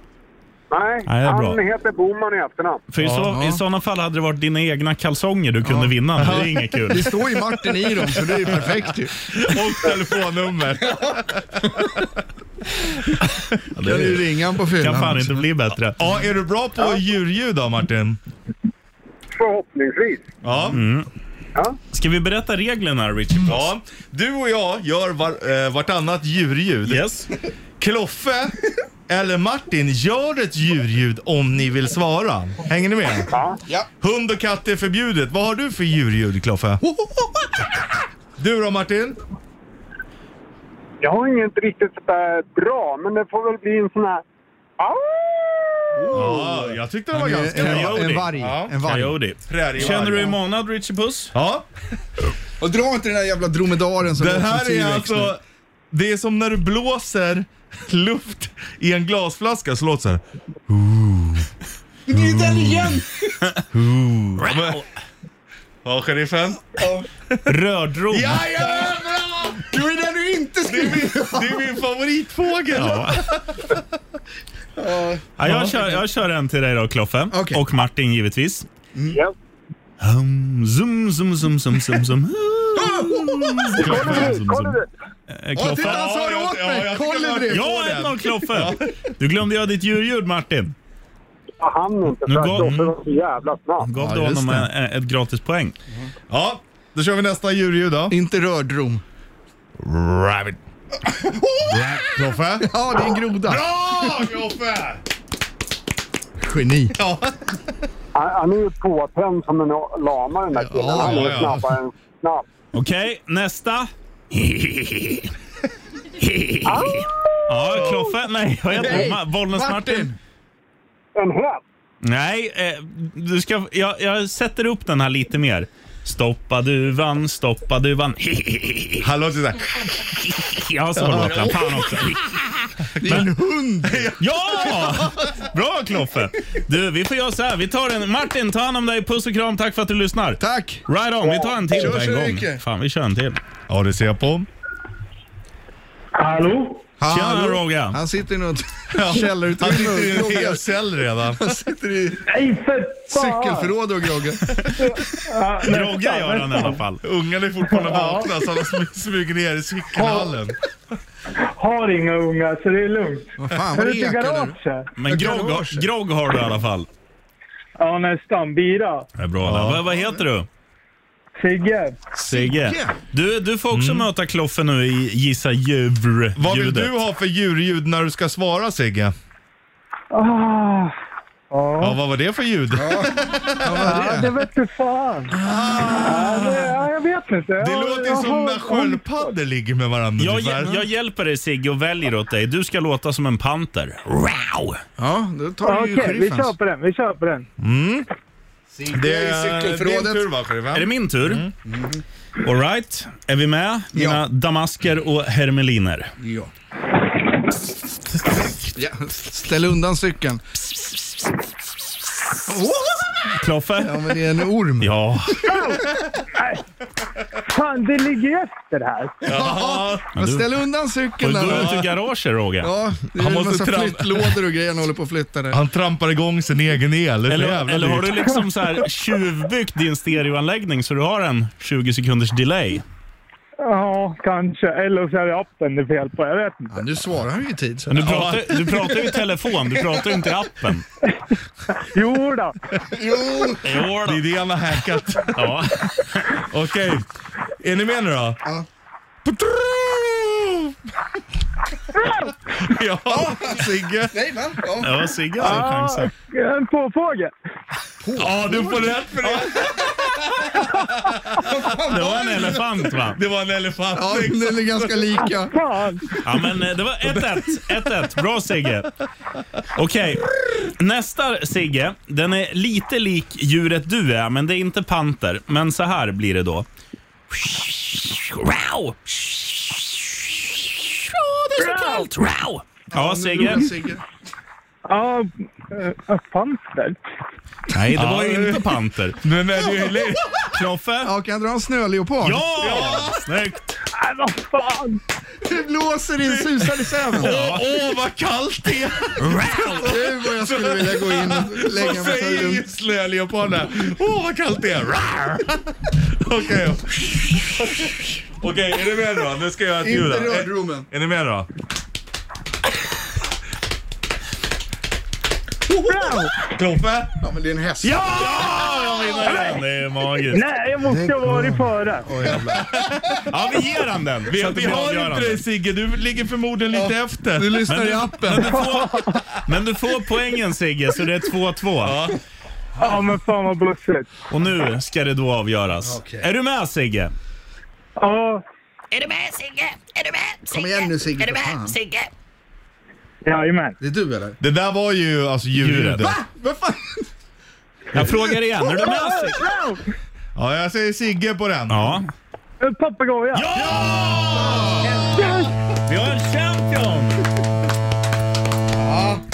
H: Nej,
D: Nej, det är
H: han
D: bra.
H: heter Boman i efternamn.
D: För i, så, i sådana fall hade det varit dina egna kalsonger du kunde vinna. men Det är inget kul.
C: Det står ju Martin i dem, så det är ju perfekt ju.
B: Och telefonnummer.
C: Kan du ringa han på fyllan
D: kan fan
C: också.
D: inte bli bättre.
B: Ja, är du bra på djurljud då Martin?
H: Förhoppningsvis.
B: Ja.
D: Ska vi berätta reglerna, Richie?
B: ja. Du och jag gör var, eh, vartannat djurljud.
D: Yes.
B: Kloffe eller Martin gör ett djurljud om ni vill svara. Hänger ni med?
C: Ja.
B: Hund och katt är förbjudet. Vad har du för djurljud Kloffe? Du då Martin?
H: Jag har inget riktigt sådär bra, men det får väl bli en sån här... Au!
B: Ja, jag tyckte det var
C: Han är
B: ganska bra.
C: En, en varg.
B: Ja.
C: En varg.
D: Coyote.
B: Prärievarg,
D: Känner du i
B: ja.
D: månad, Richie Puss?
B: Ja,
C: Och dra inte den där jävla dromedaren som
B: det
C: låter som
B: här är
C: T-Rex
B: alltså... Det är som när du blåser luft i en glasflaska så låter det så här.
C: nu. Det är ju den igen!
B: Ja, men- Ja, sheriffen.
D: Rödrom.
B: Jajamän!
C: Det var ju den du inte
B: Det är
C: skulle...
B: min, det är min favoritfågel.
D: Ja, jag, kör, jag kör en till dig då, Kloffe.
C: Okej.
D: Och Martin givetvis.
B: Mm.
H: Ja.
D: Hum, zum, zum, zum, zum, zum, zum.
H: Kolibri, kolibri.
D: Eh,
C: Åh, titta han
D: Kloffe.
C: sa det
B: Ja,
C: åt
B: jag- ja,
C: mig!
B: jag tycker
C: Kolibri!
B: det var-
D: Ja, 1-0 Kloffe! Du glömde göra ditt djurljud Martin.
H: Ja, Han inte,
D: Nu
H: för
D: går-
H: att Doffe var så jävla snabb.
D: Gav
C: Ja,
D: du
C: just
D: honom
C: det.
D: en, en- ett gratis poäng.
B: Ja, då kör vi nästa djurljud då.
C: Inte rördrom.
B: Rabbit. Kloffe?
C: Ja, det är en groda.
B: Bra Ah, Kloffe!
C: Geni.
H: Han, han är ju påtänd som en lama den där killen.
C: Ja,
H: han är
B: ja,
H: ju
B: ja.
H: snabbare än snabb.
D: Okej, nästa. Ja, Kloffe. Nej, vad heter
C: Nej,
D: det? Bollnäs Martin.
C: Martin.
H: En häst?
D: Nej, eh, du ska, jag, jag sätter upp den här lite mer. Stoppa duvan, stoppa duvan.
B: Han låter såhär.
D: Ja, så låter han. Fan också.
C: Det är en hund.
D: Ja! Bra Kloffe! Du, vi får göra så här. Vi tar en... Martin, ta hand om dig. Puss och kram. Tack för att du lyssnar.
C: Tack!
D: Right on, vi tar en till
C: Kör
D: på
C: så
D: en gång.
C: mycket.
D: Fan, vi kör en till.
B: Ja, det ser jag på.
H: Hallå?
D: Tjena
C: Hallå.
D: Rogan!
C: Han sitter i något
B: Han sitter
C: källarutrymme
B: i en
C: och groggar.
B: hel cell redan.
C: Han sitter i
H: Nej, för
C: cykelförråd och groggar.
D: Grogga gör han i alla fall.
B: Ungarna är fortfarande vakna så han har smy- smyger ner i cykelhallen.
H: Har inga unga, så det är lugnt.
C: Vad fan, vad ekar du?
D: Men grogg, grogg har du i alla fall.
H: Ja, nästan. Bira.
D: Det är bra. Vad, vad heter du?
L: Sigge.
D: Sigge. Du, du får också möta Kloffe nu i Gissa djur
B: Mm. Vad vill du ha för djurljud när du ska svara Sigge?
L: Ah,
B: Ja, vad var det för ljud?
L: ja, det vete fan. Ja, det, ja, jag vet inte.
B: Ah. Det
L: Jag-
B: låter
L: jag
B: som
L: har-
B: när sköldpaddor ligger med varandra
D: Jag,
B: ungefär.
D: hjäl- jag hjälper dig Sigge och väljer åt dig. Du ska låta som en panter. Wow!
C: Ja, då
L: Ja, Okej, vi kör på den. Vi kör på den.
D: Mm.
B: Det
C: Eh,
B: är Eh, din tur va, sheriffen?
D: Är det min tur? All right. Är vi med? Mina damasker och hermeliner.
C: Ja. ja. Ställ undan cykeln.
D: Kloffe?
C: Ja, men det är en orm.
D: Ja.
L: Fan, det ligger efter här.
C: Ja, men ställ undan cykeln
D: Var det då
C: där.
D: ut ur garaget Roger?
C: Ja, det är
B: Han
C: en
B: måste
C: massa
B: tram-
C: flyttlådor och grejer han håller på att flytta där.
B: Han trampar igång sin egen el. Det är så
D: Eller,
B: jävla
D: eller har du
B: dyrt.
D: liksom så här tjuvbyggt din stereoanläggning så du har en 20 sekunders delay?
L: Ja, kanske. Eller så är det appen det är fel på. Jag vet inte.
C: Ja, nu svarar han ju i tid.
D: Men du pratar, du pratar ju i telefon, du pratar ju inte i appen.
L: Jo då.
C: Jo!
D: Jo då.
B: Det är det han har hackat.
D: Ja.
B: Okej, är ni med nu då?
C: Ja.
B: Ja, Sigge.
C: Nej, va? Ja.
D: Ja, Sigge har
L: Ah,
D: chansen.
L: en påfågel.
B: Ja, du får rätt för det.
D: Det var en elefant va?
B: Det var en elefant. liksom.
C: Ja, den är ganska lika.
L: Fan.
D: Ja, men eh, det var 1-1. 1-1. Bra Sigge. Okej, nästa Sigge. Den är lite lik djuret du är, men det är inte panter. Men så här blir det då. Wow! det är så kallt! Wow! Ja, Sigge.
L: Ja, äh, panter.
D: Nej, det var ju inte panter.
B: Men är du heller...
D: Kloffe?
C: Ja, kan jag dra en snöleopard?
D: Ja! Snyggt!
L: Nej, vad fan.
C: Det blåser in, susar i säven.
B: Åh, åh, vad kallt det är!
C: Gud vad jag skulle vilja gå in och lägga
B: Vad
C: mig så här
B: säger
C: lugnt.
B: just leoparden? Åh, vad kallt det är! Rar! Okej. Okej, är ni med då? Nu ska jag göra ett ljud.
C: Inte
B: här. Är-
C: rödromen.
B: Är ni med då? Kloffe?
C: Ja, men det är en häst.
B: Ja! Jag vinner igen. Det är magiskt.
L: Nej, jag måste ha varit före.
C: Åh, jävlar.
D: Ja, vi ger han den.
B: Vi,
D: så att det
B: vi
D: blir
B: har inte
D: avgörande.
B: dig Sigge, du ligger förmodligen lite efter.
C: Du lyssnar i appen.
D: Men du får poängen Sigge, så det är 2-2.
L: Ja, men fan vad bussigt.
D: Och nu ska det då avgöras.
C: Okej.
D: Är du med Sigge?
L: Ja,
J: Är du med Sigge? Är du med Sigge?
C: Kom igen nu, Sigge, Är du för med, fan.
J: Sigge?
L: jajamän.
C: Det är du eller?
B: Det där var ju alltså djurljudet.
C: Va? Vad fan?
D: Jag frågar igen, är du med Sigge?
B: Ja, jag säger Sigge på den.
D: Ja.
L: En papegoja.
D: Vi har en champion!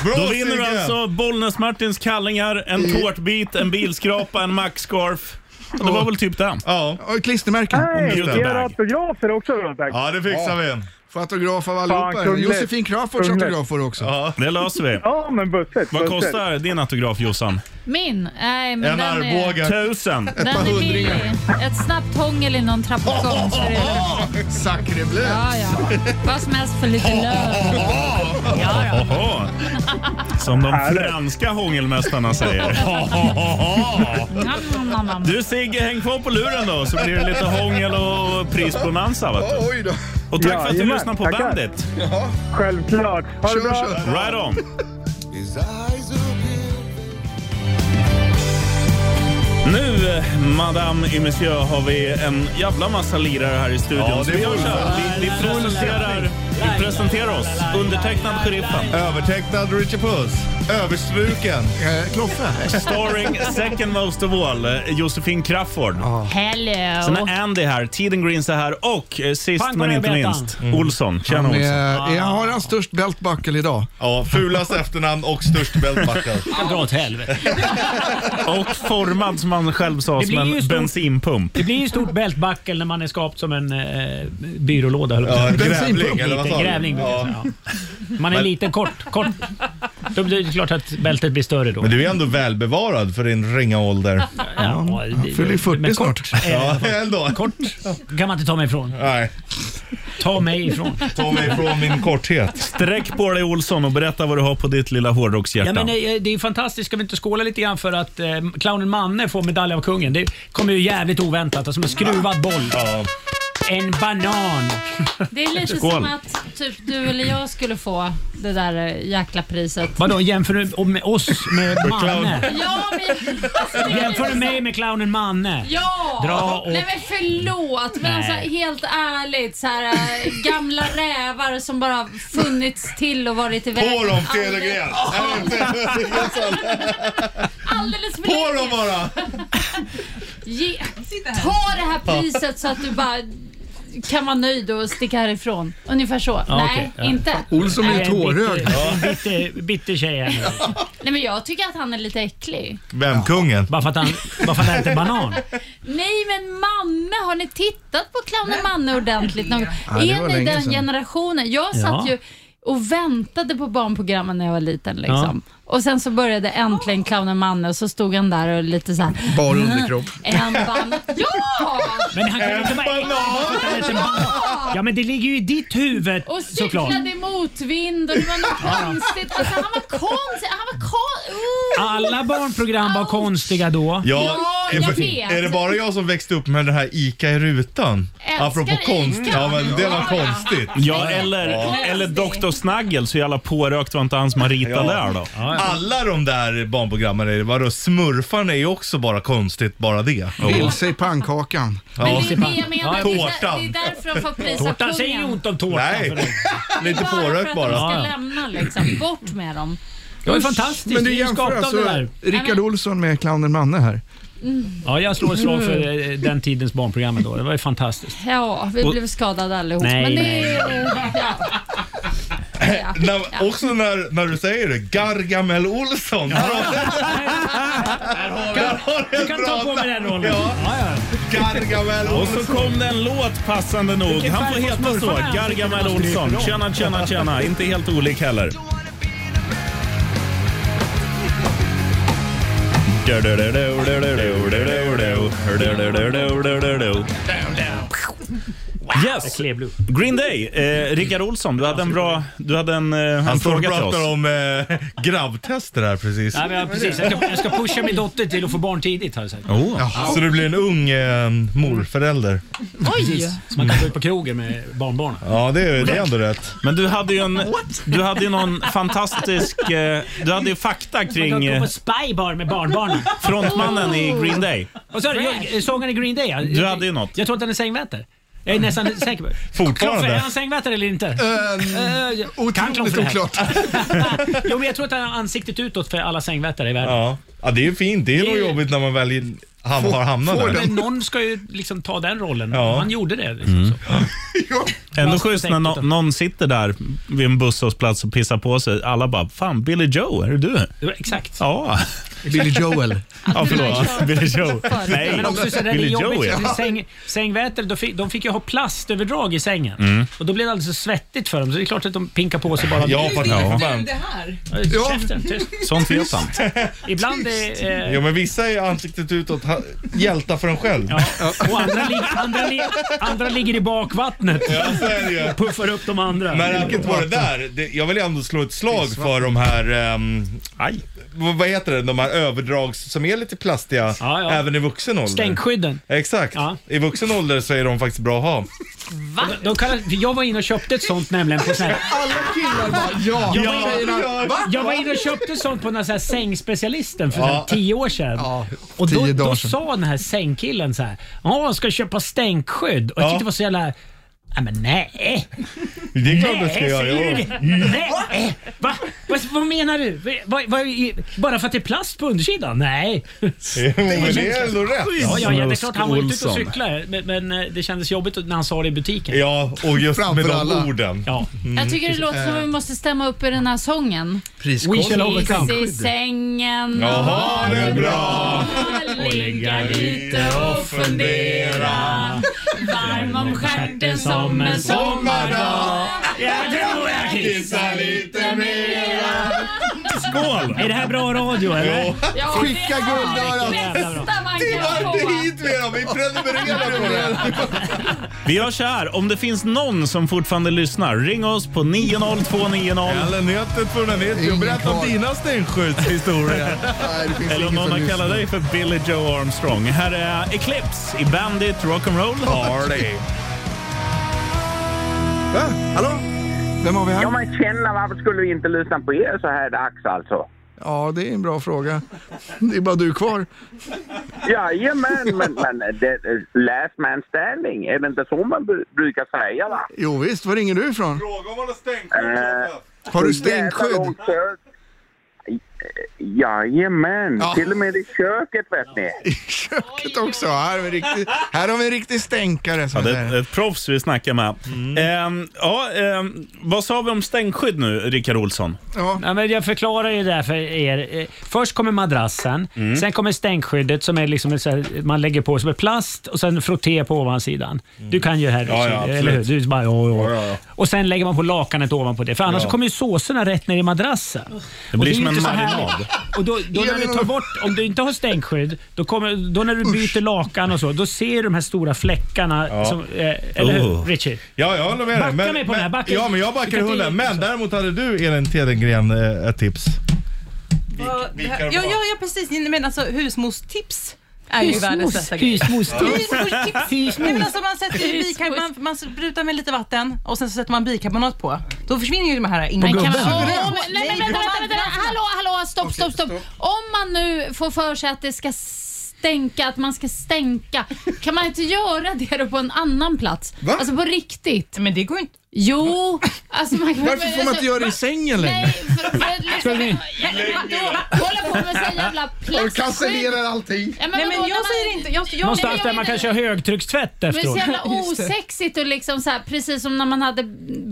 B: Bra
D: Då vinner du
B: Sigge! Mm.
D: alltså Bollnäs-Martins kallingar, en tårtbit, en bilskrapa, en maxscarf. Det var väl typ den.
B: Ja.
C: Ja, klistermärken.
L: Nej,
D: Just det.
L: era autografer också då tack.
B: ja, det fixar vi.
C: Får autograf av allihopa.
L: kungligt.
C: Josefin Crafoords
L: Kungligt.
C: autograf får du också.
B: Ja.
D: Det löser vi.
L: Ja, men bussigt.
D: Vad
L: bussigt.
D: kostar din autograf Jossan?
K: Min? Nej, men
B: En
K: den är...
B: armbåge.
D: Tusen.
K: Den
C: par
K: är billig.
C: hundringar.
K: Ett snabbt hångel i någon trappuppgång. så är det-
C: Sacre bleu.
K: Ja, ja. Vad som helst för lite lön.
D: Oho. Som de franska hångelmästarna säger.
K: Nam, nam, nam.
D: Du Sigge, häng kvar på luren då så blir det lite hångel och prisbonanza. Vet du.
C: Ja, Oj då.
D: Och tack för att du
L: Jajamän,
D: lyssnar på
L: tackar.
D: Bandit.
L: Självklart. Ha det
C: Kör,
L: bra.
C: kör.
D: Right on. Nu, eh, madame et monsieur, har vi en jävla massa lirare här i studion.
B: Ja, det
D: Så vi,
B: får
D: gör
B: vi
D: så här. vi, vi, presenterar, vi presenterar oss. Undertecknad sheriffen.
B: Övertecknad Richard Puss. Överstruken.
C: Eh, Kloffe.
D: Starring second most of all, eh, Josefin Crafoord. Sen
K: Hello!
D: är Andy här, Tiden Greens är här och eh, sist
E: Pang på
D: men
E: den
D: inte
E: betan.
D: minst, Olsson. Tjena
C: Han
D: Olsson.
C: är, är, har han störst bältbuckle idag?
B: Ja, fulast efternamn och störst bältbackel.
E: kan dra åt helvete.
D: Och formad som han själv sa,
E: Det
D: som
E: blir
D: en
E: ju stort.
D: bensinpump.
E: Det blir ju stort bältbackel när man är skapt som en eh, byrålåda. höll jag på att
B: Ja,
E: säga.
B: grävling eller vad sa
E: Liten
B: du?
E: grävling brukar jag
B: Ja.
E: säga, ja. Man är liten kort. kort. Då blir det klart att bältet blir större då.
B: Men du är ändå välbevarad för din ringa ålder.
E: ja, det-
C: fyller ju 40
E: men kort
C: snart.
E: är-
B: Ja, ändå.
E: Kort kan man inte ta mig ifrån.
B: Nej.
E: Ta mig ifrån.
B: Ta mig ifrån min korthet.
D: Sträck på dig Olsson och berätta vad du har på ditt lilla hårdrockshjärta.
E: Ja, men, eh, det är fantastiskt. Ska vi inte skåla lite grann för att eh, clownen Manne får medalj av kungen? Det kommer ju jävligt oväntat. och Som en skruvad boll. En banan.
K: Det är lite
E: Skål.
K: som att typ du eller jag skulle få det där eh, jäkla priset.
E: Vadå, jämför du med oss med Manne?
K: Ja, men...
E: Jämför du mig med clownen Manne?
K: Ja!
E: Dra
K: Nej
E: åt...
K: men förlåt, men
E: Nej.
K: alltså helt ärligt så här äh, gamla rävar som bara har funnits till och varit iväg.
B: På dem,
K: Alldeles-
B: Cedergren!
K: Alldeles för
B: På dem
K: länge.
B: bara!
K: Ge, ta det här priset så att du bara kan vara nöjd och sticka härifrån. Ungefär så.
E: Ja,
K: Nej,
E: okej, ja.
K: inte.
C: Olsson blir
E: Nej, en
C: tårögd.
E: bitter- en Bitter, bitter tjej här nu.
K: Nej men jag tycker att han är lite äcklig.
B: Vem? Kungen?
E: Bara för att han, bara för att han äter banan.
K: Nej men Manne, har ni tittat på clownen Manne ordentligt någon gång?
E: Ja, det var
K: Är ni
E: länge
K: den
E: sedan.
K: generationen? Jag satt
E: Ja.
K: ju och väntade på barnprogrammen när jag var liten. Liksom. Och sen så började äntligen clownen Manne och så stod han där och lite så här.
C: Bara underkropp.
K: En ban- Ja!
E: Men han kan ju inte bara äta för att han äter banan. Ja men det ligger ju i ditt huvud
K: Och
E: såklart.
K: cyklade i motvind och det var något konstigt. Alltså, han var konstig. Han var oh! konstig.
E: Alla barnprogram var konstiga då.
B: Ja,
K: Ja, jag
B: är,
K: vet.
B: är det bara jag som växte upp med den här ICA i rutan?
K: Älskar
B: Apropå konst.
K: Ica.
B: Ja, men det var konstigt.
D: Ja, eller, eller Dr Snaggle, så jävla pårökt var inte han som har ritat där då.
B: Alla de där barnprogrammen, är bara, smurfarna är ju också bara konstigt, bara det.
C: Vilse i pannkakan.
K: Men det är det jag menar. Det är där- det är
B: Tårtan.
K: därför de får pris av
E: Tårtan säger ju
K: kungen.
E: ont om tårtan.
B: Nej.
E: för det.
B: Lite pårökt
K: För att de
B: bara.
K: ska lämna liksom. Bort med dem.
E: Det var ju fantastiskt.
C: Men du
E: Ni är
C: jämför
E: skapade det
C: alltså
E: där.
C: Rickard Olsson med clownen Manne här.
E: Ja, jag slår ett slag för
D: Mm.
E: eh, den tidens barnprogram då. Det var ju fantastiskt.
K: Ja, vi
E: Och-
K: blev skadade allihop.
E: Nej,
K: men det
E: nej.
K: är... Ja.
B: När, också när, när du säger det, Gargamel Olsson.
E: Du kan ta på mig den rollen. Ja. Ja,
B: Gargamel
D: Och så kom det en låt passande nog. Han får heta så. Gargamel Olsson. Tjena, tjena, tjena. Inte helt olik heller. Yes! Green Day. Eh, Rickard Olsson, du hade en bra... Du hade en, eh, en
B: Han står och
D: fråga till oss.
B: pratar om eh, grabbtester här precis.
E: Ja, men, ja, precis. Jag, ska, jag ska pusha min dotter till att få barn tidigt har jag sagt.
D: Oh.
B: Jaha, Så du blir en ung eh, morförälder.
E: Precis. Så man kan gå ut på krogen med barnbarnen.
B: Ja, det är, det är ändå rätt.
D: Men du hade ju en... Du hade ju någon fantastisk... Eh, du hade ju fakta
E: Man
D: kring...
E: kan gå
D: Eh,
E: på spybar med barnbarnen.
D: Frontmannen i Green Day.
E: Vad sa du? Jag- eh, Sångaren i Green Day? ja.
D: Du hade ju något.
E: Jag tror att han är sängvätare. Jag är nästan säker på det.
B: Fortfarande?
E: Kloffe, är han sängvätare eller inte?
D: Ehm,
E: Eh, jag- kan Kloffe det här? jo, men jag tror att han har ansiktet utåt för alla sängvätare i världen.
B: Ja. ja, det är ju fint. Det är nog jobbigt när man väl i- ham- har hamnat där.
E: Men någon ska ju liksom ta den rollen.
B: Ja.
E: Han gjorde det. Liksom.
D: Mm. Ändå schysst när nå- någon sitter där vid en busshållplats och pissar på sig. Alla bara, fan Billy Joe, är det du?
E: Det var exakt.
D: Ja.
C: Billy Joel.
D: Ja, förlåt. Billy Joe. Nej,
E: Men också så där, det är
D: Billy
E: jobbigt.
D: Joe
E: så att
D: ja.
E: Säng, sängvätare, de fick, de fick ju ha plastöverdrag i sängen.
D: Mm.
E: Och Då blev det alldeles så svettigt för dem, så det är klart att de pinkar på sig bara.
B: Ja, för
E: Ja.
B: fan.
M: Det här.
E: Ja. Käften, tyst.
D: Sånt vet han.
E: Ibland är...
B: Jo,
E: Eh,
B: men vissa är ansiktet utåt ha- hjältar för en själv.
E: och andra, lig, andra, li, andra ligger i bakvattnet
B: Ja, så är det ju.
E: och puffar upp de andra.
B: Men racket var det där. Det, jag vill ändå slå ett slag för de här, ehm,
D: Aj.
B: vad vad heter det, de här överdrags som är lite plastiga
E: ja.
B: även i vuxen ålder.
E: Stänkskydden.
B: Exakt. I vuxen ålder så är de faktiskt bra att ha.
E: Va? De kallar, för jag var inne och köpte ett sånt nämligen på sån här...
C: Alla killar bara ja.
E: Jag var,
C: Tjejerna, va?
E: jag var inne och köpte sånt på den här, så här sängspecialisten för
C: Ja.
E: så här tio år sedan. och då,
C: tio dagar
E: då
C: sedan.
E: sa den här sängkillen så här, ja ska jag köpa stänkskydd? Och jag tyckte det var så jävla... Nej men nej.
B: Det är klart du ska
E: Nej,
B: göra.
E: säger
B: jo.
E: du det? Nej. Va? Vad, vad menar du? Vad- vad- bara för att det är plast på undersidan? Nej.
B: Jo, men det är ändå rätt.
E: Ja, ja, ja, det är klart han var ute ute och
D: Olsson.
E: cyklade, men, men eh, det kändes jobbigt när han sa det i butiken.
B: Ja, och just
C: Framför
B: med de
C: alla.
B: orden.
E: Ja.
K: Jag tycker det låter som att vi måste stämma upp i den här sången.
E: We shall overcome.
K: Kiss i sängen och
B: Jaha, det är bra.
K: och ligga lite och fundera. Varm om stjärten som en sommardag.
E: Jag tror jag
B: Kissa lite mera.
D: Skål!
E: Är det här bra radio eller?
K: Ja, det
C: Skicka
K: är
C: guldörat!
K: det bästa man
C: Det
K: kan
C: var inte
K: komma.
C: hit med dem, vi prenumererar på det.
D: Vi gör så här, om det finns någon som fortfarande lyssnar, ring oss på 90290.
B: Eller nätet 290 och berätta om dina stenskjutshistorier.
D: Eller om någon har kallat dig för Billy Joe Armstrong. Här är Eclipse i Bandit Rock'n'Roll Party.
C: Va? Hallå? Vem har vi här?
M: Ja, man känner varför skulle vi inte lyssna på er så här dags alltså?
C: Ja, det är en bra fråga. Det är bara du kvar.
M: Jajamän, men, men det, last man standing, är det inte så man br- brukar säga va?
C: Jo, visst, var ringer du ifrån?
M: Eh,
C: Har du
M: så jävla
C: stänkskydd?
M: långt kök. Jajamän,
C: Ja.
M: till och med i köket vet ni.
C: Köket också. Här har vi en riktig, här har vi en riktig stänkare.
D: Ja,
C: Som
D: det
C: säger.
D: är ett proffs vi snackar med.
B: Mm.
D: Ehm, ja, ehm, vad sa vi om stängskydd nu, Rickard Olsson?
E: Ja, men jag förklarar ju det här för er. Eh, Först kommer madrassen,
D: Mm.
E: sen kommer stänkskyddet som är liksom ett så här, man lägger på som är plast och sen frotté på ovansidan. Du kan ju det här
D: Mm. Ja, ja,
E: eller hur?
D: absolut.
E: Du bara, ja, ja.
D: Ja, ja.
E: Och sen lägger man på lakanet ovanpå det, för annars
D: Ja.
E: kommer ju såserna rätt ner i madrassen.
D: Det
E: Och
D: blir
E: är
D: som
E: ju
D: en
E: inte så härligt.
D: marinad.
E: Och då, då
D: Ge
E: när
D: mig
E: du tar
D: någon-
E: bort, om du inte har stänkskydd, då, kommer, då när du byter lakan och så, då ser du de här stora fläckarna.
B: Ja.
E: Som, eh, eller hur,
B: Oh.
E: Richie?
B: Ja, jag håller med
E: Backa
B: dig. Men,
E: mig på
B: men,
E: den här, backa.
B: Ja, men jag
E: Du kan
B: backar
E: inte
B: hunden.
E: ge-
B: Men däremot hade du, Elin Tedengren, eh, ett tips.
N: Vad- det här-
B: vikar
N: Ja,
B: bra.
N: ja, ja, precis. Nej, Men alltså husmorstips är ju
E: Husmos-
N: världens bästa
E: husmorstips.
N: Husmorstips. Nej, men alltså man sätter ju bikar, man, man sprutar med lite vatten och sen så sätter man bikarbonat på. Då försvinner ju de här
K: Men kan man,
N: ingredienserna.
K: om, nej, men vänta, vänta, vänta, vänta. Hallå, hallå, stopp, stopp, stopp. Om man nu får för sig att det ska stänka, att man ska stänka, kan man inte göra det då på en annan plats? Alltså på riktigt.
N: Men det går inte.
K: Jo, alltså man kan Alltså,
C: Varför får man inte göra det i sängen längre?
K: Hålla på med sån jävla
C: Och
K: plastskydd.
C: kancellerar allting.
K: Ja,
N: Nej, men
K: vadå,
N: jag
K: när man-
N: säger inte... Jag, jag,
E: Någonstans där man kan köra högtryckstvätt
K: Men det är så
E: efteråt.
K: jävla osexigt och liksom så här, precis som när man hade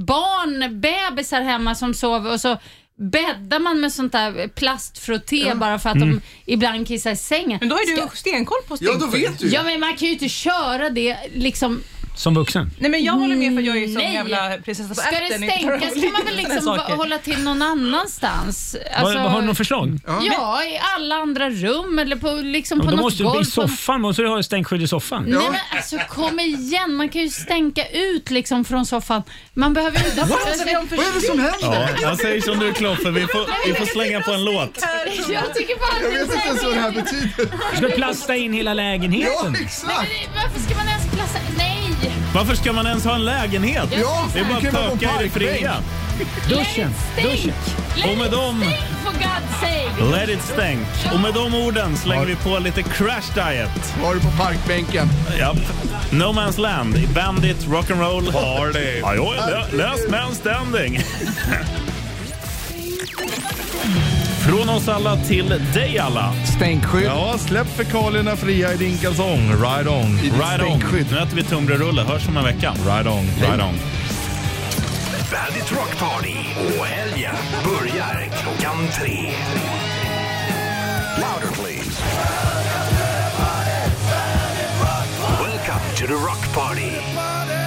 K: barn, bebisar hemma som sov och så bäddar man med sånt där plastfrotté bara för att
N: Mm.
K: de ibland kissar i sängen.
N: Men då har ju du stenkoll på
K: Ja,
N: stenkoll.
K: då vet du. Ja, men man kan ju inte köra det liksom.
E: Som vuxen.
N: Nej men jag håller med för jag är ju som
K: Nej.
N: jävla prinsessa på
K: Ska det
N: ärten.
K: stänkas kan man väl liksom va- hålla till någon annanstans? Alltså-
E: Har, har du något förslag?
K: Ja, i alla andra rum eller på, liksom
E: Men
K: på
E: då
K: något
E: måste du
K: golv.
E: bli i
K: på en-
E: soffan, måste du ha stänkskydd i soffan.
K: Nej men alltså kom igen, man kan ju stänka ut liksom från soffan. Man behöver ju inte...
E: Vad?
C: Vad är det som
D: Ja, jag säger som du Kloffe, vi får, vi får slänga på en låt.
K: Jag tycker bara
C: Jag
K: att det är
C: vet inte
K: så här
C: ens vad det här
K: fel.
C: betyder.
E: Du ska plasta in hela lägenheten.
K: Nej, men det- varför ska man ens klassa... Nej!
D: Varför ska man ens ha en lägenhet?
K: Ja,
D: det är bara
K: kan vara på
D: att pöka i det fria.
E: Duschen.
K: Stink!
D: Och med dem,
K: For God's sake!
D: let it stink. Och med de orden slänger vi på lite crash diet.
C: Var du på parkbänken?
D: Ja. No Man's Land i Bandit Rock'n'Roll
B: Party.
D: Ja, jo, lö- last man standing. Från oss alla till dig alla.
C: Stänkskydd.
B: Ja, släpp fekalierna fria i din kalsong. Ride on.
D: Right on. Nu äter vi tunnbrödsrulle. Hörs om en vecka. Right on. Right on.
A: Bandit Rock Party och helgen börjar klockan tre. Louder please. Welcome to the Rock Party.